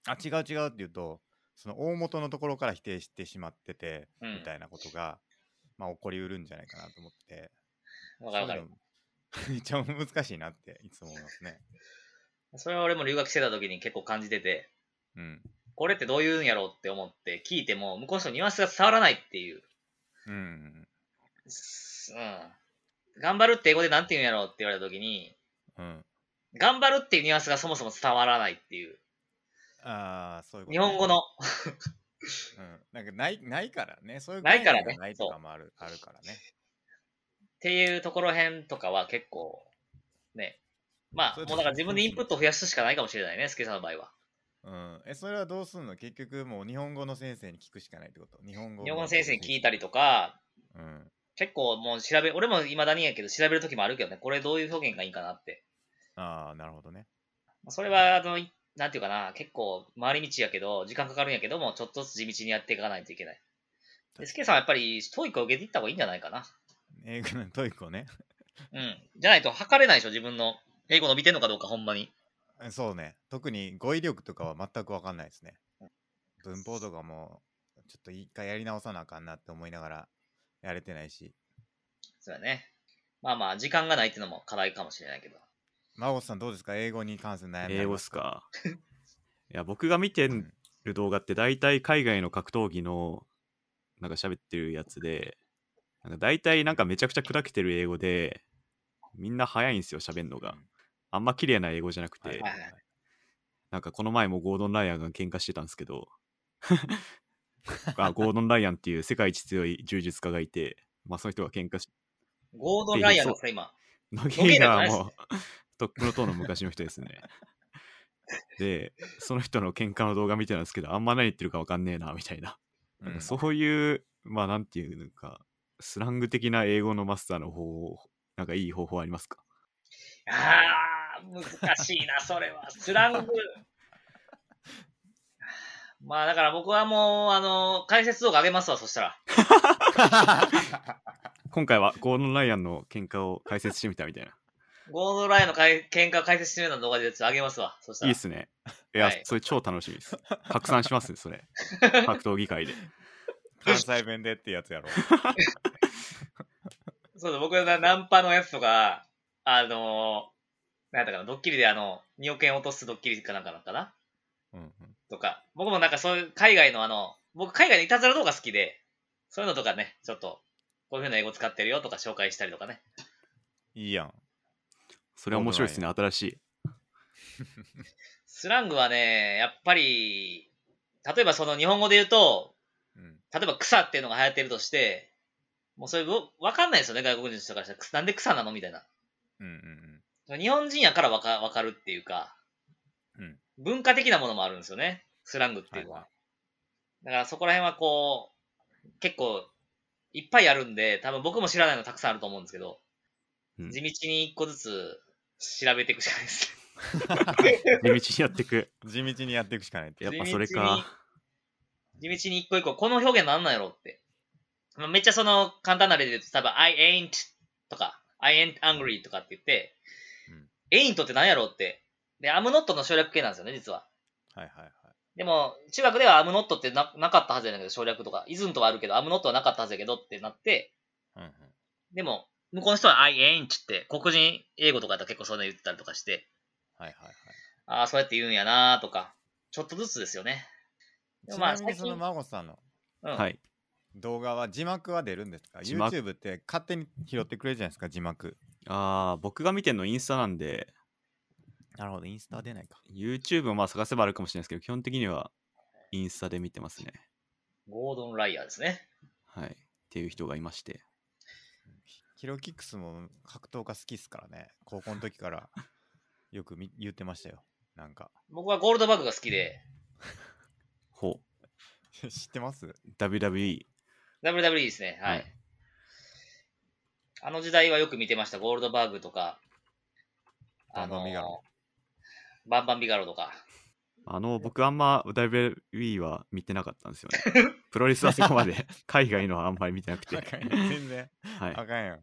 あ違う違うって言うとその大元のところから否定してしまってて、
うん
みたいなことが、まあ、起こりうるんじゃないかなと思って
わかるわか
そういうの
る。
めっちゃ難しいなっていつも思いますね。
それは俺も留学してた時に結構感じてて、
うん
これってどういうんやろうって思って聞いても、向こうの人のニュアンスが伝わらないっていう。
うん
すうん。頑張るって英語でなんて言うんやろうって言われた時に、
うんうん
頑張るっていうニュアンスがそもそも伝わらないっていう。
ああそういうこと
日
ね、
本語の。
うん、なんかないないからねそういう
ないからね
概念がないとかもあるあるからね
っていうところへんとかは結構、ね。まあ、
そ
も
れ
うだから自分でインプットを増やすしかないかもしれないね、スケさんの場合は。
うん、えそれはどうすんの結局もう日本語の先生に聞くしかないってこと日本語
日本語の先生に聞い
た、
たりとか、
うん、
結構もう調べ、俺も未だにやけど調べる時もあるけどね、これどういう表現がいいかなって。
ああなるほどね
まあそれは、あの、いなんていうかな、結構回り道やけど、時間かかるんやけども、ちょっとずつ地道にやっていかないといけない。で、スケさんはやっぱり、トイックを受けていった方がいいんじゃないかな。
英語の (laughs) トイックをね
うん。じゃないと測れないでしょ、自分の。英語伸びてんのかどうか、ほんまに。
そうね特に語彙力とかは全く分かんないですね文法とかもちょっと一回やり直さなあかんなって思いながらやれてないし
そうだね。まあまあ、時間がないっていうのも課題かもしれないけど。
孫さんどうですか英語に関する悩みあ
英
り
語
ま
っすかいや僕が見て
うん
る動画って大体海外の格闘技のなんか喋ってるやつでなんか大体なんかめちゃくちゃ砕けてる英語でみんな早いんですよ喋るのがあんま綺麗な英語じゃなくて、
はい
はいはい
なんかこの前もゴードン・ライアンが喧嘩してたんですけどあゴードン・ライアンっていう世界一強い柔術家がいて、まあ、その人が喧嘩し (laughs)
ゴードン・ライアンですか、今。
野木
野
が
毛じゃ
もう (laughs) とっくのとうの昔の人ですね。で、その人の喧嘩の動画見てたんですけど、あんま何言ってるかわかんねえなみたいな、
うんうん
そういう、まあなんていうのか、スラング的な英語のマスターの方法、なんかいい方法ありますか
あー、難しいな、それ
(laughs)
は。スラング。まあ、だから僕はもう、あの、解説動画上げますわ、そしたら。
今回はゴードン・ライアンの喧嘩を解説してみたみたいな。
ゴードン・ライアンのかい喧嘩解説してるような動画で上げますわ、そした
いい
ら。
っすね。いや、
はい
それ超楽しみです。拡散しますね、それ。格闘技界で。
関西弁でってやつやろ
そうだ、僕がナンパのやつとか、あのー、なんやったかな、ドッキリであの、2億円落とすドッキリかなんかなんかな
うんうん
とか、僕もなんかそういう海外のあの、僕海外のいたずら動画好きで、そういうのとかね、ちょっと、こういうふうな英語使ってるよとか紹介したりとかね。
いいやん
それ面白いですね、新しい。
スラングはね、やっぱり、例えばその日本語で言うと、
うん
例えば草っていうのが流行ってるとして、もうそれわわかんないですよね、外国人の人からしたら。くなんで草なのみたいな。
うんうん
日本人やからわかわかるっていうか、
うん
文化的なものもあるんですよね。スラングっていうのは。だからそこら辺はこう、結構いっぱいあるんで、多分僕も知らないのたくさんあると思うんですけど、
うん
地道に一個ずつ調べていくしかないです。
地道にやって
(laughs)
いく。
地道にやっていくしかないって
や
やつ
っぱそれか。
地道に一個一個、この表現なんなんやろって。まあめっちゃその簡単な例で言うと、多分 I ain't とか、I ain't angry とかって言って、ain't ってなんやろって。で、I'm not の省略形なんですよね、実は。
はいはいはい
でも、中学では I'm not ってななかったはずやねんけど、省略とか。isn't はあるけど、I'm not はなかったはずやけどってなって、
うんうん
でも、向こうの人は I ain't って、黒人英語とかだと結構そういうの言ってたりとかして、
はいはいはい
ああ、そうやって言うんやなーとか、ちょっとずつですよね。で
ち
もまあ
なみにその
最近
孫さんの
うん。
はい。
動画は字幕は出るんですか
字幕
?YouTube って勝手に拾ってくれるじゃないですか字幕
ああ、僕が見てるのインスタなんで、
なるほどインスタは出ないか
YouTube もまあ探せばあるかもしれないですけど、基本的にはインスタで見てますね。
ゴードン・ライアーですね。
はい。っていう人がいまして。
ヒロキックスも格闘家好きっすからね高校の時からよくみ言ってましたよなんか (laughs)
僕はゴールドバッグが好きで、
ほ
知ってます
う。WWE。
WWE ですね。はい。
はい
あの時代はよく見てました。ゴールドバーグとか、
バンバンビガロ
ーバンバンビガロとか。
あの、僕あんま WWE は見てなかったんですよね。 (laughs) プロレスはそこまで、 (laughs) 海外のはあんまり見てなくて。
あかんよ全然
はい。
あかんよ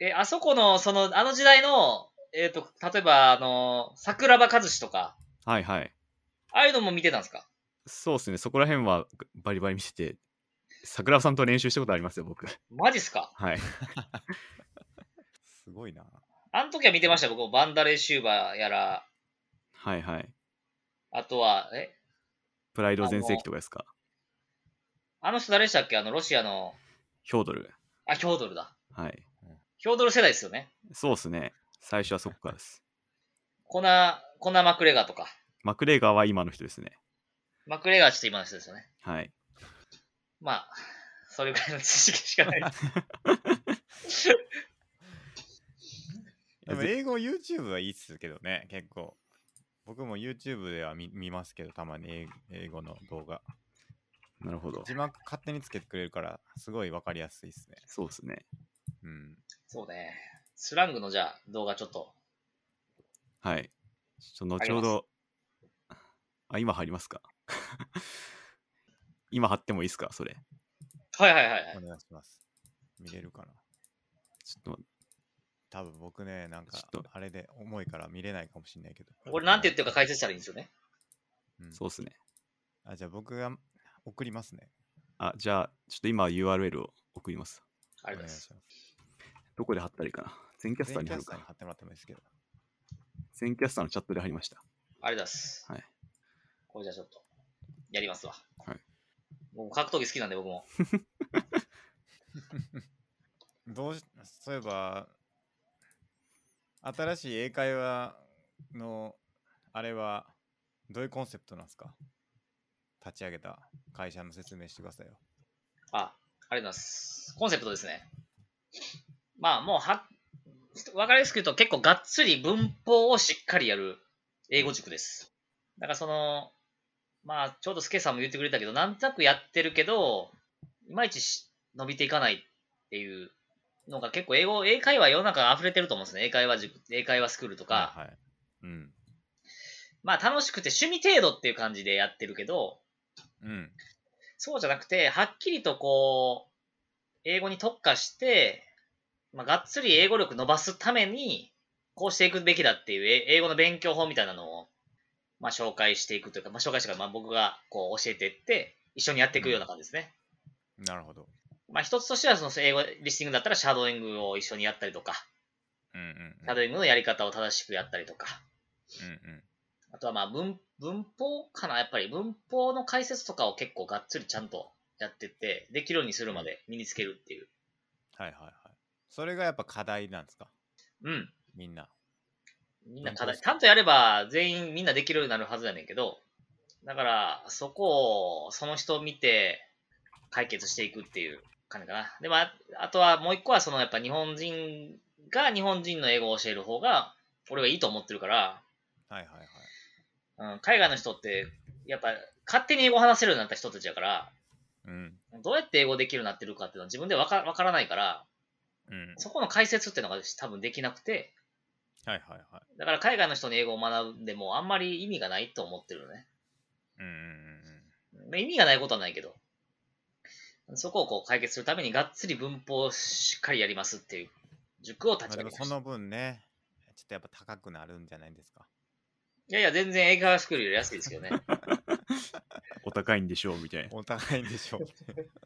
え、あそこの、その、あの時代の、えっ、と、例えば、あの、桜庭和志とか、
はいはい。
ああいうのも見てたんですか
そうですね、そこら辺はバリバリ見せて、桜庭さんと練習したことありますよ、僕。
マジっすか
はい。
すごいな
あの時は見てました。僕もバンダレーシューバーやら、
はいはい。
あとは、え、
プライド全盛期とかですか。
あの人誰でしたっけあの、ロシアの、
ヒョードル。
あ、ヒョードルだ。
はい。
ヒョードル世代ですよね。
そうですね。最初はそこからです。
コナ、コナ・マクレガーとか。
マクレーガーは今の人ですね。
マクレガーはちょっと今の人ですよね。
はい。
まあ、それぐらいの知識しかない。
でも
ぜ
英語 YouTube はいいっすけどね結構僕も YouTube では見見ますけどたまに英英語の動画
なるほど
字。幕勝手につけてくれるからすごいわかりやすいっすね
そうですね。
うん
そうね。スラングのじゃあ動画ちょっと。
はい。ちょっと後ほど、あ、今入りますか。 (laughs) 今貼ってもいいですか、それ。
はいはいはいはい。
お願いします見れるかな
ちょっと
多分僕ね、なんか
ちょっと、
あれで重いから見れないかもしれないけど。
俺なんて言ってるか解説したらいいんですよね。
うん
そうですね。
あ、じゃあ僕が送りますね。
あ、じゃあ、ちょっと今 URL を送ります。
あり
お
がと
願い
うございます。
します。
どこで貼ったらいいかな。全キャスターに貼
全キャ
る
スターに
か。
貼ってもらってもいいですけど。
全キャスターのチャットで貼りました。
ありがとうございます。
はい。
これじゃあちょっと、やりますわ。
はい。
もう格闘技好きなんで僕も。
どうし、そういえば、新しい英会話の、あれは、どういうコンセプトなんですか立ち上げた会社の説明してくださいよ。
あ、ありがとうございます。コンセプトですね。まあもうは、わかりやすく言うと結構がっつり文法をしっかりやる英語塾です。だからその、まあちょうどスケさんも言ってくれたけど、なんとなくやってるけど、いまいちし伸びていかないっていうのが結構英語、英会話世の中溢れてると思うんですね。英会話塾、英会話スクールとか。
はいはい。うん。
まあ楽しくて趣味程度っていう感じでやってるけど、
うん。
そうじゃなくて、はっきりとこう、英語に特化して、まあ、がっつり英語力伸ばすために、こうしていくべきだっていうえ英語の勉強法みたいなのを、まあ、紹介していくというか、まあ、紹介してから、まあ、僕がこう教えていって、一緒にやっていくような感じですね。
なるほど。
まあ、一つとしては、その英語リスティングだったら、シャドーイングを一緒にやったりとか、
うんうん
シャドーイングのやり方を正しくやったりとか、
うん。うんうん。
あとはまあ文、文法かなやっぱり文法の解説とかを結構がっつりちゃんとやってって、できるようにするまで身につけるっていう。
はいはいはい。それがやっぱ課題なんですか
うん。
みんな。
みんな
文法で
課題。
す
ちゃんとやれば全員みんなできるようになるはずやねんけど、だから、そこを、その人を見て解決していくっていう感じかな。で、まあ、あとはもう一個は、そのやっぱ日本人が日本人の英語を教える方が、俺はいいと思ってるから、
はいはいはい。
うん、海外の人って、やっぱ、勝手に英語話せるようになった人たちやから、
うん。
どうやって英語できるようになってるかっていうのは自分でわかわからないから、
うん。
そこの解説っていうのが多分できなくて、
はいはいはい。
だから海外の人に英語を学んでもあんまり意味がないと思ってるのね。
うんうんうん
まあ意味がないことはないけど、そこをこう解決するためにがっつり文法をしっかりやりますっていう塾を
うん。
立
まあ
ち
で
上
も
げま
そ
した。
の分ね、ちょっとやっぱ高くなるんじゃないですか。
いやいや、全然英会話スクールより安いですけどね。 (laughs)
お高いんでしょうみたいな。
お互いでしょう。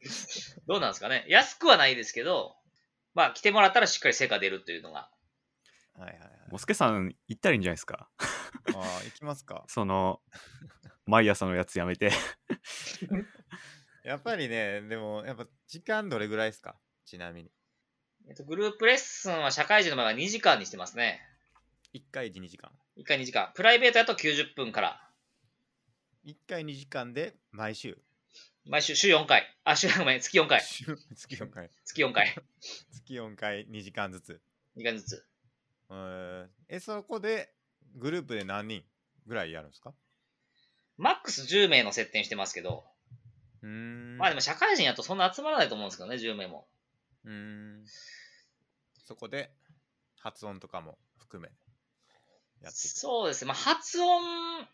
(laughs) どうなんですかね。安くはないですけど、まあ来てもらったらしっかり成果出るというのが。
はいはいはい。
もすけさん行ったらいいんじゃないですか。
ああ、行きますか。
その、毎朝のやつやめて。
やっぱりね、でも、やっぱ時間どれぐらいですかちなみに。
えっと、グループレッスンは社会人の場合は2時間にしてますね。
1回1、2時間。
1回2時間。プライベートだと90分から。
1回2時間で毎週。
毎週、週4回。あ、週、ごめん、月4回。
週 (laughs) 月4回。
月4回。
月4回2時間ずつ。
2回ずつ。
うーんえ、そこでグループで何人ぐらいやるんですか
マックス10名の接点してますけど、
うーん。
まあでも社会人やとそんな集まらないと思うんですけどね、10名も。
うーん。そこで発音とかも含めやっていく
そうですね。まあ発音、
の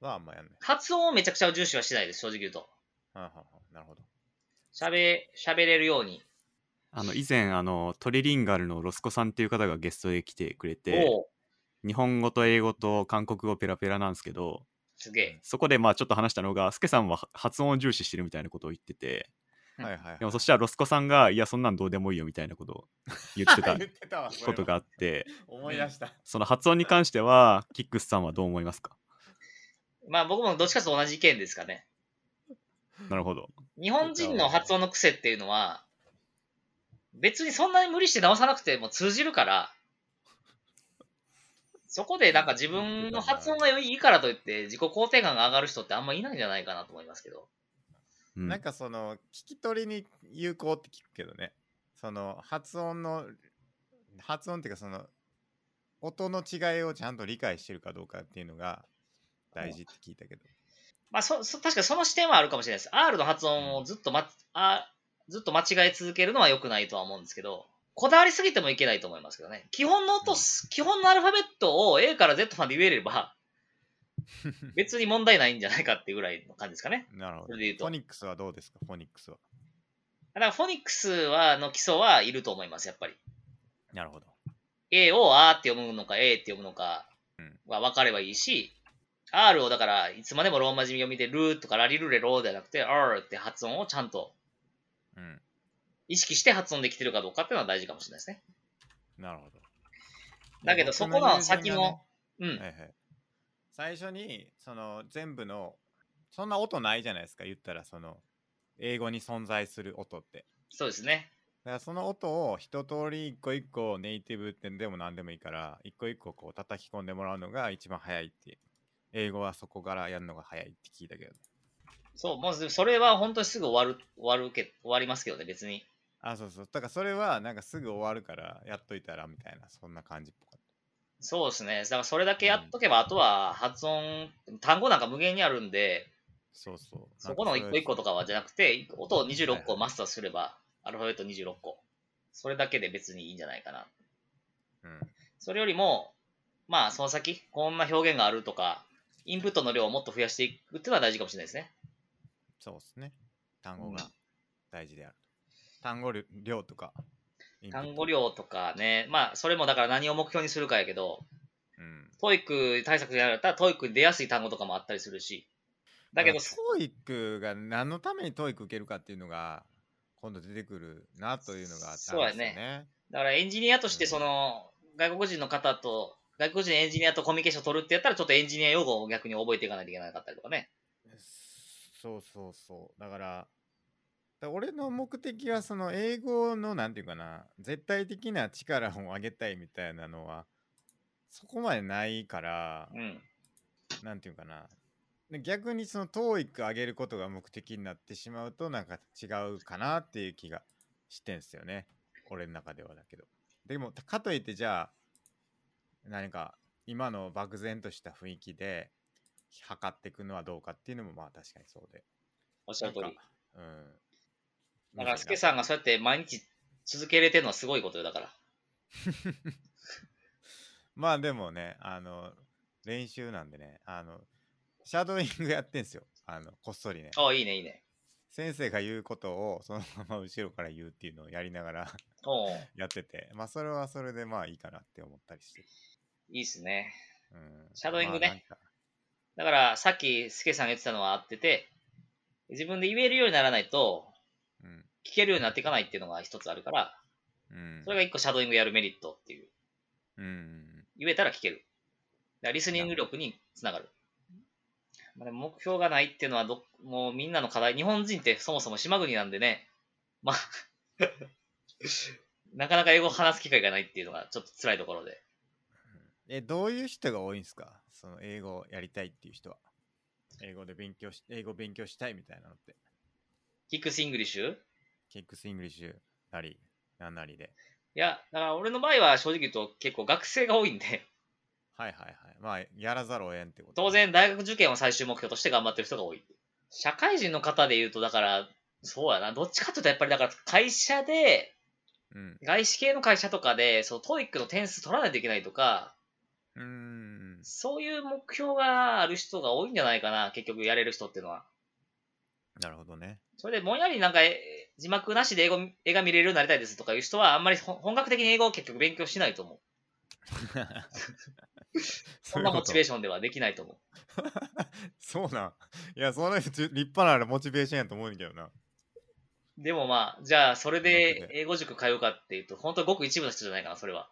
はあんまやんない。
発音をめちゃくちゃ重視はしないです、正直言うと。
はんはんはんなるほど。
喋、喋れるように。
あの、以前、あの、トリリンガルのロスコさんっていう方がゲストで来てくれて、
おお
日本語と英語と韓国語ペラペラなんですけど、
すげえ。
そこでまあちょっと話したのが、スケさんは発音を重視してるみたいなことを言ってて、
うん
はいはいはい。
でもそしたらロスコさんが、いや、そんなんどうでもいいよみたいなことを言ってた
言ってたわ。それ
ことがあ
は
って、
思い出した。
その発音に関しては、キックスさんはどう思いますか (laughs)
まあ僕もどっちかというと同じ意見ですかね。
なるほど。
日本人の発音の癖っていうのは、別にそんなに無理して直さなくても通じるから、そこでなんか自分の発音がいいからといって自己肯定感が上がる人ってあんまいないんじゃないかなと思いますけど。
うん
なんかその聞き取りに有効って聞くけどねその発音の発音っていうかその音の違いをちゃんと理解してるかどうかっていうのが大事って聞いたけど、
まあそ、そ確かにその視点はあるかもしれないです。R の発音をずっとま、あずっと間違え続けるのは良くないとは思うんですけど、こだわりすぎてもいけないと思いますけどね。基本の音す、基本のアルファベットを A から Z まで言え
(laughs)
れば、別に問題ないんじゃないかっていうぐらいの感じですかね。
なるほ
そ
ど
れ
フ
で言うと
ォニックスはどうですかフォニックスは
だからフォニックスはの基礎はいると思います、やっぱり。
なるほど
A をあーって読むのか、A って読むのか
うん
は分かればいいし、R をだから、いつまでもローマ字読みでルーとかラリルレローではなくて、R って発音をちゃんと
うん
意識して発音できてるかどうかっていうのは大事かもしれないですね。
なるほど
だけどそこの先の
の
う
友人がね
ん。
はいはい最初にその全部のそんな音ないじゃないですか言ったらその英語に存在する音って
そうですね。
だからその音を一通り一個一個ネイティブってでも何でもいいから一個一個こう叩き込んでもらうのが一番早いって英語はそこからやるのが早いって聞いたけど
そう、もうそれは本当にすぐ終わる、終わるけ、終わりますけどね、別に。
あそうそうだからそれはなんかすぐ終わるからやっといたらみたいなそんな感じっぽかっ
そうですね。だからそれだけやっとけば、あとは発音、単語なんか無限にあるんで、
たそうそう
そこの一個一個と
か
かはじゃなくて、音を
はいは
26
い
個マスターすれば、アルファベット26個。それだけで別にいいんじゃないかな。
うん
それよりも、まあ、その先、こんな表現があるとか、インプットの量をもっと増やしていくっていうのは大事かもしれないですね。
そうですね単語
う
が大事である単語量量とかインプット
単語量とかね、まあ、それもだから何を目標にするかやけど、
うん
トイック対策でやられたら、トイックに出やすい単語とかもあったりするし、だけど、
トーイックが何のためにトーイック受けるかっていうのが今度出てくるなというのがあったんですよ
そうや
ね
だからエンジニアとして、その、外国人の方と、外国人エンジニアとコミュニケーションを取るってやったら、ちょっとエンジニア用語を逆に覚えていかないといけなかったりとかね。
そうそうそうだからだ俺の目的はその英語のなんていうかな絶対的な力を上げたいみたいなのはそこまでないから
うん。
なんていうかなで逆にその TOEIC 上げることが目的になってしまうとなんか違うかなっていう気がしてんすよね俺の中ではだけどでもたかといってじゃあ何か今の漠然とした雰囲気で測っていくのはどうかっていうのもまあ確かにそうで。
おっしゃる通
なん
り
か。うん。
だから、スケさんがそうやって毎日続けれてるのはすごいことよ、だから。
まあでもね、あの、練習なんでね、あの、シャドーイングやってんすよ。あの、こっそりね。
ああ、いいね、いいね。
先生が言うことをそのまま後ろから言うっていうのをやりながら (laughs)
おう
やってて、まあそれはそれでまあいいかなって思ったりして。
いいっすね。
うん、
シャドーイング
ま
ね
あなんか
だから、さっき、スケさんが言ってたのは合ってて、自分で言えるようにならないと、
うん。
聞けるようになっていかないっていうのが一つあるから、
うん。
それが一個シャドーイングやるメリットっていう。
うん。
言えたら聞ける。だからリスニング力につながる。まあ、でも目標がないっていうのはど、もうみんなの課題。日本人ってそもそも島国なんでね、まあ (laughs) なかなか英語を話す機会がないっていうのがちょっと辛いところで。
え、どういう人が多いんですかその英語をやりたいっていう人は。英語で勉強し、英語勉強したいみたいなのって。
キックスイングリッシュい
キックスイングリッシュなり、なんなりで。
や、だから俺の場合は正直言うと結構学生が多いんで、
はいはいはい。まあ、やらざるを得んってこと。
当。然大学受験を最終目標として頑張ってる人が多い。社会人の方で言うと、だから、そうやな、どっちかというとやっぱりだから会社で
うん。
外資系の会社とかで、そのトイックの点数取らないといけないとか、
うーん。
そういう目標がある人が多いんじゃないかな、結局やれる人っていうのは。
なるほどね。 (laughs)
それでもんやりなんかえ字幕なしで英語映画見れるようになりたいですとかいう人は、あんまりほ本格的に英語を結局勉強しないと思う。 (laughs) そんなモチベー
シ
ションではできないと思う。
ョン。そうなん。 (laughs) いや、その人、立派なあれモチベーションやと思うんだけどな。
でもまあ、じゃあそれ
な
で
るほど
英語塾通うかっていうと、本当ごく一部の人じゃないかな、それは。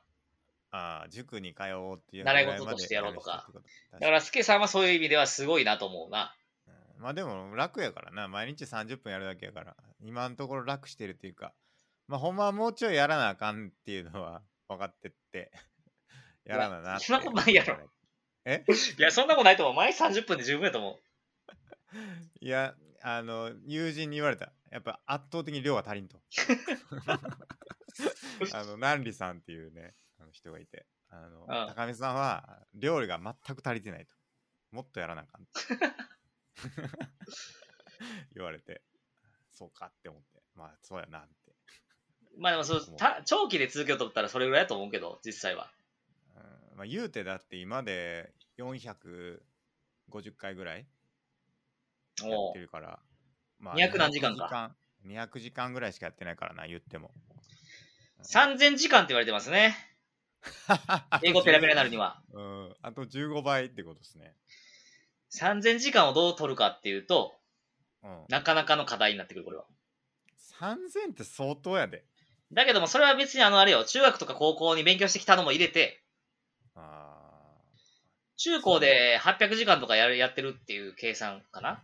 ああ、塾に通おうっていう。
習い事としてやろうとか
ぐらいまでやる人ってこと。
だから、スケさんはそういう意味ではすごいなと思うな。
うんまあでも楽やからな毎日30分やるだけやから今のところ楽してるっていうかまあほんまはもうちょいやらなあかんっていうのは分かってってやらなな
(laughs)
って
そんなことないやろ
え
いや、そんなことないと思う。毎日30分で十分やと思う。
いやあの友人に言われたやっぱ圧倒的に量が足りん
(laughs)
とあの南里さんっていうねあの人がいてあの
ああ
高見さんは料理が全く足りてないともっと (laughs) やらなあかんって言われてそうかって思ってまあそうやなって、
まあでもそう
もう
た、長期で続けようと思ったらそれぐらいだと思うけど、実際は。
うんまあ、言うてだって今で450回ぐらいやっ
も
て
う、
るから、ま
200何時間か
200時間200時間ぐらいしかやってないからな言っても
3000時間って言われてますね。英語ペラペラになるには。
うん、あと15倍ってことですね。
3000時間をどう取るかっていうと、
うん、
なかなかの課題になってくる、これは。
3000って相当やで。
だけども、それは別にあの、あれよ、中学とか高校に勉強してきたのも入れて、
あ
中高で800時間とかやるやってるっていう計算かな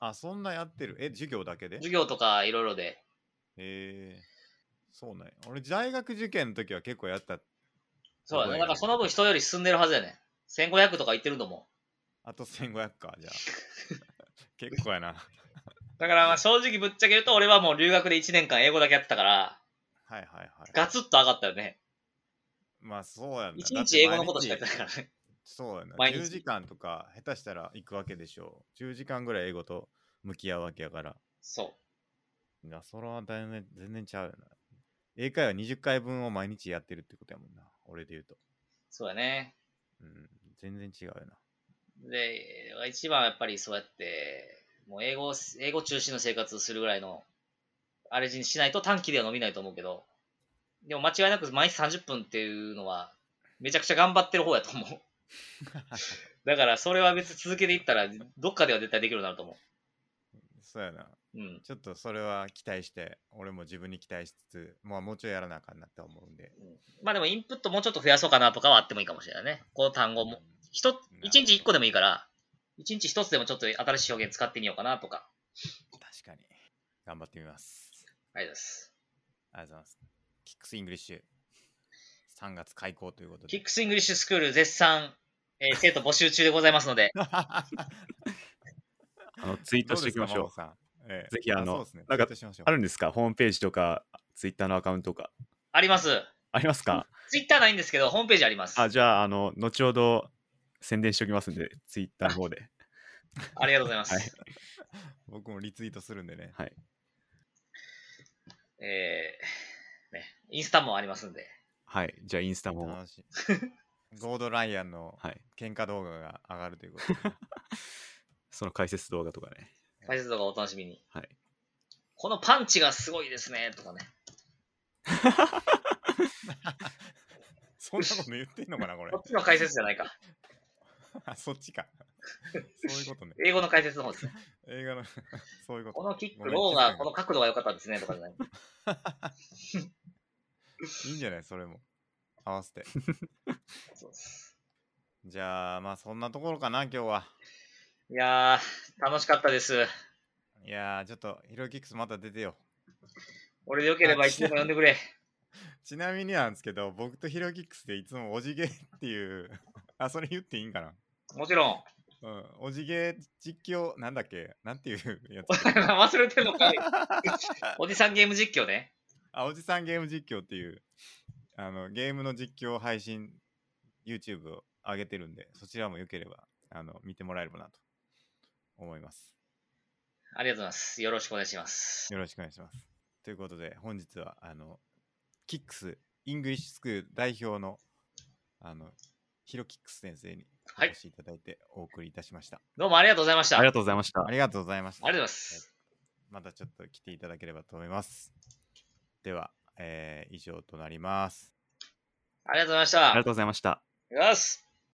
ーあ、そんなやってる。え、授業だけで
授業とかいろいろで。
えー、そうなんや。俺、大学受験の時は結構やった。
そうだ
すご
ね。
い
だからその分人より進んでるはずやね。1500とか言ってると思
あと1500か、じゃあ。 (laughs) 結構やな。
う。だからまあ正直ぶっちゃけ言うと、俺はもう留学で1年間英語だけやってたから、
はいはいはい。
ガツッと上がったよね。
まあ、そうやんな。
1日英語のことしか
だ
や
っ毎
っててない
日
からね。
そうやな。
毎日
10時間とか、下手したら行くわけでしょう。10時間ぐらい英語と向き合うわけやから。
そう。
いや、それはだいぶ全然ちゃうよな。英会話20回分を毎日やってるってことやもんな。俺で言うと。
そうだね。
うん、全然違うよな。
で、一番はやっぱりそうやって、もう英語を、英語中心の生活をするぐらいの、あれにしないと短期では伸びないと思うけど、でも間違いなく毎日30分っていうのは、めちゃくちゃ頑張ってる方やと思う。だからそれは別に続けていったら、どっかでは絶対できるようになると思
そうやな。
う。うん。
ちょっとそれは期待して、俺も自分に期待しつつ、まあもうちょいやらなあかんなって思うんで。
まあでもインプットもうちょっと増やそうかなとかはあってもいいかもしれないね。この単語も。一つ、一日一個でもいいから、一日一つでもちょっと新しい表現使ってみようかなとか。
確かに。頑張ってみます。
ありがとうございます。
ありがとうございます。キックスイングリッシュ。3月開校ということ
キッ
で。
クスイングリッシュスクール絶賛、えー生徒募集中でございますので、
あのツイートしていきましょう。
どですか。真帆さんええ
ぜひあの
そうですね、
なんか
ツイートしましょう
あるんですかホームページとか、ツイッターのアカウントとか。
あります。
ありますか
ツイッターないんですけど、ホームページあります。
あじゃあ、あの、後ほど宣伝しておきますんで、ツイッターの
(laughs)
方で。
ありがとうございます。
はい
僕もリツイートするんでね。
はい。
えー、ね、インスタもありますんで。
はい。じゃあ、インスタも。
楽しい。ゴードライアンの
はい。
喧嘩動画が上がるということで、
その解説動画とかね。
解説動画お楽しみに。
はい。
このパンチがすごいですね、とかね。
そんなこと言ってんのかな、これ
(laughs) こ。っちの解説じゃないか。
あ、そっちか。そういうことね。
英語の解説の方ですね。
映画の、 (laughs) そういうこ。
ことのキッ
ご
ク、
めん
ロ
気
ー
づかな
が
い
この角度が良かったですね、とかじゃない。
いいんじゃないそれも。合わせて。
そうです
じゃあ、まあそんなところかな、今日は。
いやー、楽しかったです。
いやー、ちょっと、ヒロキックスまた出てよ。
俺でよければいつでも呼んでくれ。
ちなみになんですけど、僕とヒロキックスでいつもおじげっていう、 (laughs) あ、それ言っていいんかな。
もちろん。 (laughs)
うん、おじげ実況、なんだっけなんていうやつ
忘れてるのかい。おじさんゲーム実況ね。
あ、おじさんゲーム実況っていう、あの、ゲームの実況配信、YouTube を上げてるんで、そちらもよければ、あの、見てもらえればなと思います。
ありがとうございます。よろしくお願いします。
よろしくお願いします。ということで、本日は、あの、キックス、イングリッシュスクール代表の、あの、ヒロキックス先生にお
はい
越しいただいてお送りいたしました。
どうもありがとうございました。
あ
あ
り
り
がとうございました
あ。りがとうございました。
がとうございます。
またちょっと来ていただければと思います。では、えー以上となります。
ありがとうございまし
ありが
た。
とうございました。
よし